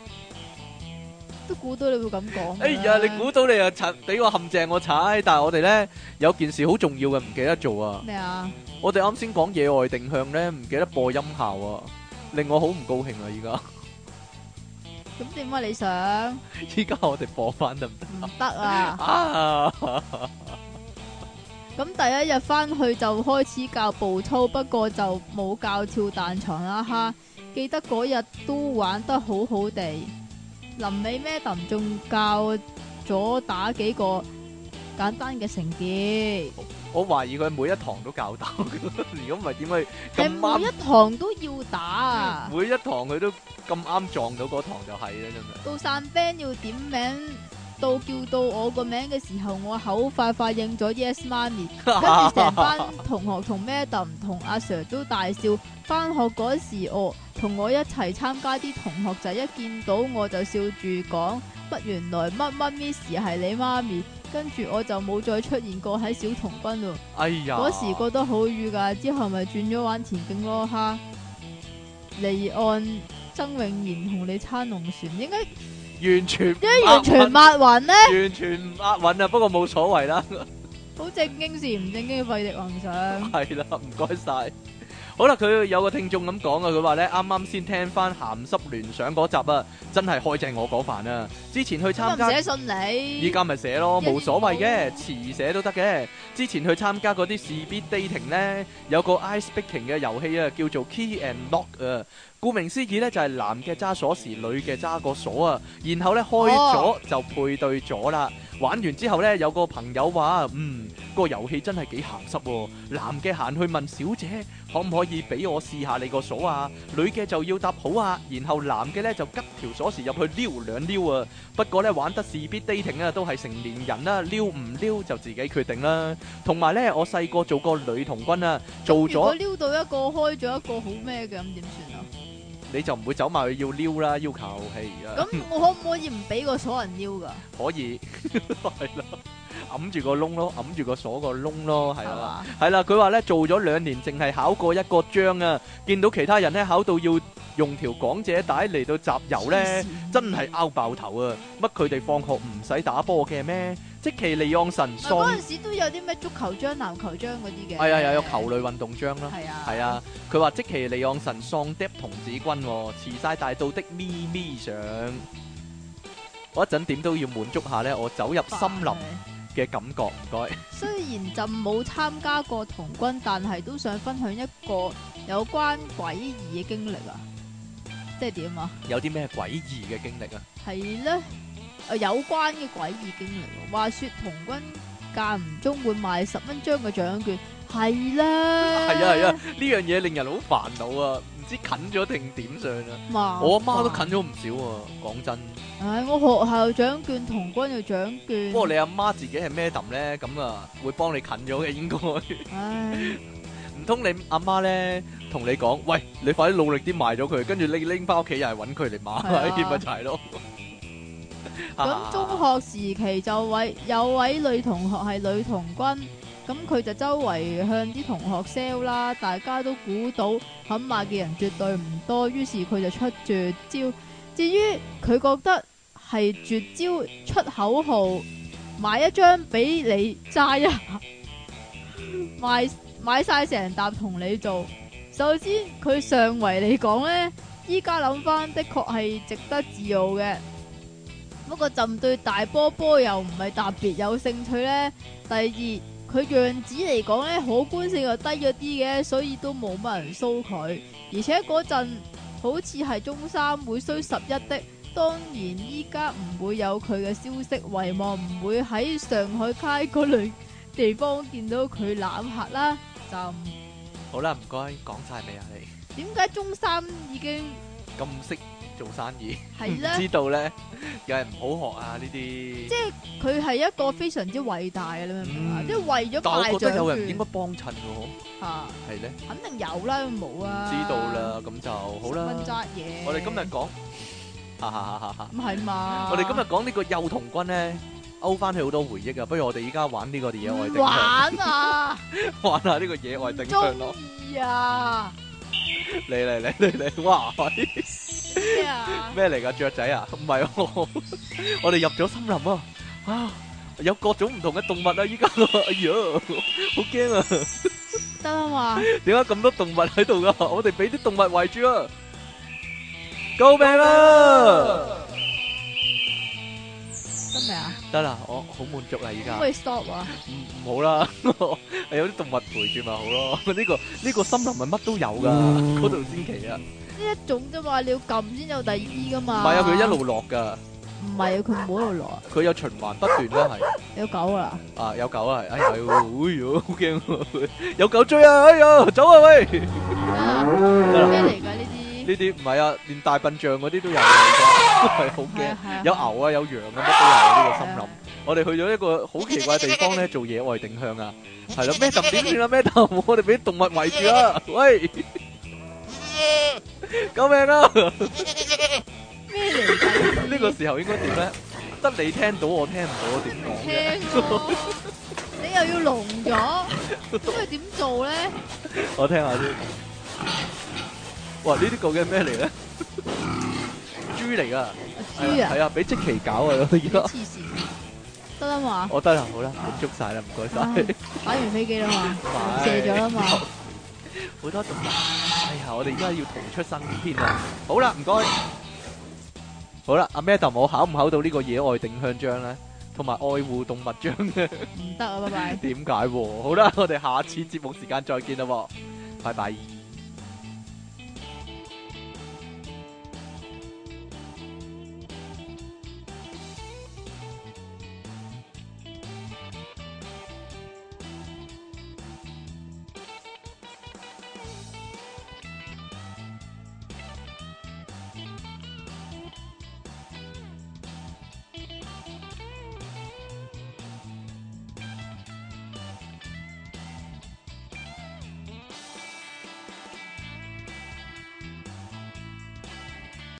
都估到你會咁講㗎啦。 [LAUGHS] 哎 [LAUGHS] 呀，你估到你又踩俾個陷阱我踩，但係我哋咧有件事好重要嘅唔記得做啊。咩啊？我哋啱先講野外定向咧，唔記得播音效啊，令我好唔高興啊！咁點啊解你想而家依家我哋播翻得唔得唔得啊？啊？咁第一日翻去就開始教步操，不過就冇教跳彈床啦哈。記得嗰日都玩得好好地，臨尾咩林仲教咗打幾個簡單嘅成結，我懷疑佢每一堂都教鬥， [LAUGHS] 如果唔係點會係咁每啱？一堂都要打啊！每一堂佢都咁啱撞到嗰堂就係咧，真係到散 band 要點名，到叫到我個名嘅時候，我口快快應咗 yes 媽咪。跟住成班同學同 Madam 同阿 Sir 都大笑。翻學嗰時，我同我一齊參加啲同學仔一見到我就笑住講：乜原來乜乜 Miss 係你媽咪。跟住我就冇再出現過喺小童軍咯。哎呀！嗰時覺得好瘀㗎，之後咪轉咗玩田徑咯哈。離岸曾永賢同李餐龍船，應該應完全因該完全抹暈呢，完全唔押韻啊！不過冇所謂啦，好正經事唔正經嘅費迪幻想。係啦，唔該晒。好啦，佢有個聽眾咁講啊，佢話咧啱啱先聽翻鹹濕聯想嗰集啊，真係開正我嗰飯啊！之前去參咁加唔。寫信你。依家咪寫咯，一年冇所謂嘅，遲寫都得嘅。之前去參加嗰啲事必 dating 呢，有個 ice breaking 嘅遊戲啊，叫做 Key and Lock 啊。顧名思義呢，就係男嘅揸鎖匙，女嘅揸個鎖啊。然後呢，開哦咗就配對咗啦。玩完之後呢，有個朋友話：嗯，個遊戲真係幾鹹濕喎。男嘅行去問小姐，可唔可以俾我試下你個鎖啊？女嘅就要答好啊，然後男嘅呢，就吉條鎖匙入去撩兩撩啊。不過咧，玩得事必 dating 啊，都係成年人啦，撩唔撩就自己決定啦。同埋咧，我細個做過女童軍啊，做如果咗撩到一個開咗一個好咩嘅咁點算啊？你就唔會走埋去要撩啦，要求係啊，咁我可唔可以唔俾個鎖人撩噶？可以 [LAUGHS] 係啦，揞住個窿咯，揞住個鎖個窿咯，係係嘛？啦。係啦，佢話咧做咗兩年，淨係考過一個章啊，見到其他人咧考到要用條港姐帶嚟到集郵咧黐，線真係拗爆頭啊！乜佢哋放學唔使打波嘅咩？即其利昂神咪喪嗰。陣時都有啲咩足球章、籃球章嗰啲嘅。係啊，有有球類運動章啦，係啊，係啊，佢話即其利昂神喪爹童子軍喎，慈晒大道的咪咪上。我一陣點都要滿足下咧，我走入白森林係嘅感覺，唔該。雖然朕冇參加過童軍，但係都想分享一個有關詭異嘅經歷啊！即係點啊？有啲咩詭異嘅經歷啊？係咧，誒有關嘅詭異經歷喎。話說童軍間唔中會賣十蚊張嘅獎券，係啦。係啊係啊，呢樣嘢令人好煩惱啊！唔唔知近咗定點上啊！麻我阿媽都煩近咗唔少啊！講真，唉，我學校獎券、童軍嘅獎券，不過你阿媽自己係咩揼咧，咁啊會幫你近咗嘅應該。唔唉，通你阿媽咧同你講，喂，你快啲努力啲賣咗佢，跟住你拎翻屋企又係揾佢嚟買，係啊咪就係咯。 [LAUGHS] 啊咁中學時期就位有位女同學係女童軍，咁佢就周圍向啲同學 sell 啦，大家都估到肯買嘅人絕對唔多，於是佢就出絕招。至於佢覺得係絕招出口號，買一張俾你揸一下， [LAUGHS] 買買晒成沓同你做。首先佢上圍嚟講呢，依家諗翻的確係值得自豪嘅。不過朕對大波波又唔係特別有興趣呢。第二，佢樣子嚟講呢，可觀性又低咗啲嘅，所以都冇乜人騷佢。而且嗰陣好似係中三會衰十一的，當然依家唔會有佢嘅消息，遺望唔會喺上海街嗰類地方見到佢攬客啦。就好啦，唔該，講晒未啊？[LAUGHS] 你點解中三已經咁識做生意，唔係呢？知道咧，有人唔好學啊呢啲。佢係一個非常之偉大嘅，你明唔明啊？嗯即係為咗但敗我覺得有獎人應券該幫襯喎，嚇。係咧，肯定有啦，冇啊。知道，啦，咁就好問啦。責嘢。我哋今日講，哈哈哈哈！唔係嘛？我哋今日講呢個幼童軍咧，勾翻起好多回憶啊！不如我哋依家玩呢個野外唔定向， [LAUGHS] 玩啊，玩下呢個野外定向咯中。意啊，嚟嚟嚟嚟嚟，哇！喂咩啊？咩嚟噶？雀仔啊？唔係喎， [LAUGHS] 我哋入咗森林啊！啊，有各種唔同嘅動物啊！依家，哎呀，好驚啊！得啦嘛，点解咁多動物喺度噶？我哋俾啲動物圍住啊！救命啦！得未啊？得啦，我好滿足啦，而可唔家可以 stop 啊？唔唔好啦， [LAUGHS] 有啲動物陪住咪好咯。 [LAUGHS] 呢個呢個森林咪乜都有噶，嗰度先奇啊！呢一種啫嘛，你要撳先有第二啲噶唔嘛。係啊，佢一路落噶，唔係啊，佢冇一路落啊，佢有循環不斷啦，係有狗啊啦。啊有狗啊，係哎呀，哎呦，好驚啊，有狗追啊，哎呀，走啊喂！呢啊啦咩嚟㗎呢啲？啲唔係啊，連大笨象嗰啲都有啊，而家係好係驚啊。係啊。有牛啊，有羊啊，乜都有啊呢個係森林啊。。我哋去咗一個好奇怪嘅地方咧，做野外定向啊，係咯，咩揼點 [LAUGHS] 算啦，咩揼，我哋俾動物圍住啦，喂，救命啊！咩嚟㗎呢啲？呢個時候應該點咧？得你聽到，我聽唔到，點講嘅？聽 [LAUGHS] 咯，你又要聾咗，咁佢點做咧？我聽下先。哇！呢啲究竟係咩嚟咧？豬嚟噶，豬係啊啊！係啊，俾即期搞啊！而黐家線，得啦嘛，我得啦，好啦，滿足晒啦，唔該晒。打完飛機啦嘛唔，係射咗啦嘛，好多動物。哎呀，我哋而家要逃出生天啊！好啦，唔該。好啦，阿 Madam，我考唔考到呢個野外定向章咧？同埋愛護動物章咧？唔得啊，拜拜。點解喎？好啦，我哋下次節目時間再見啦喎，拜拜。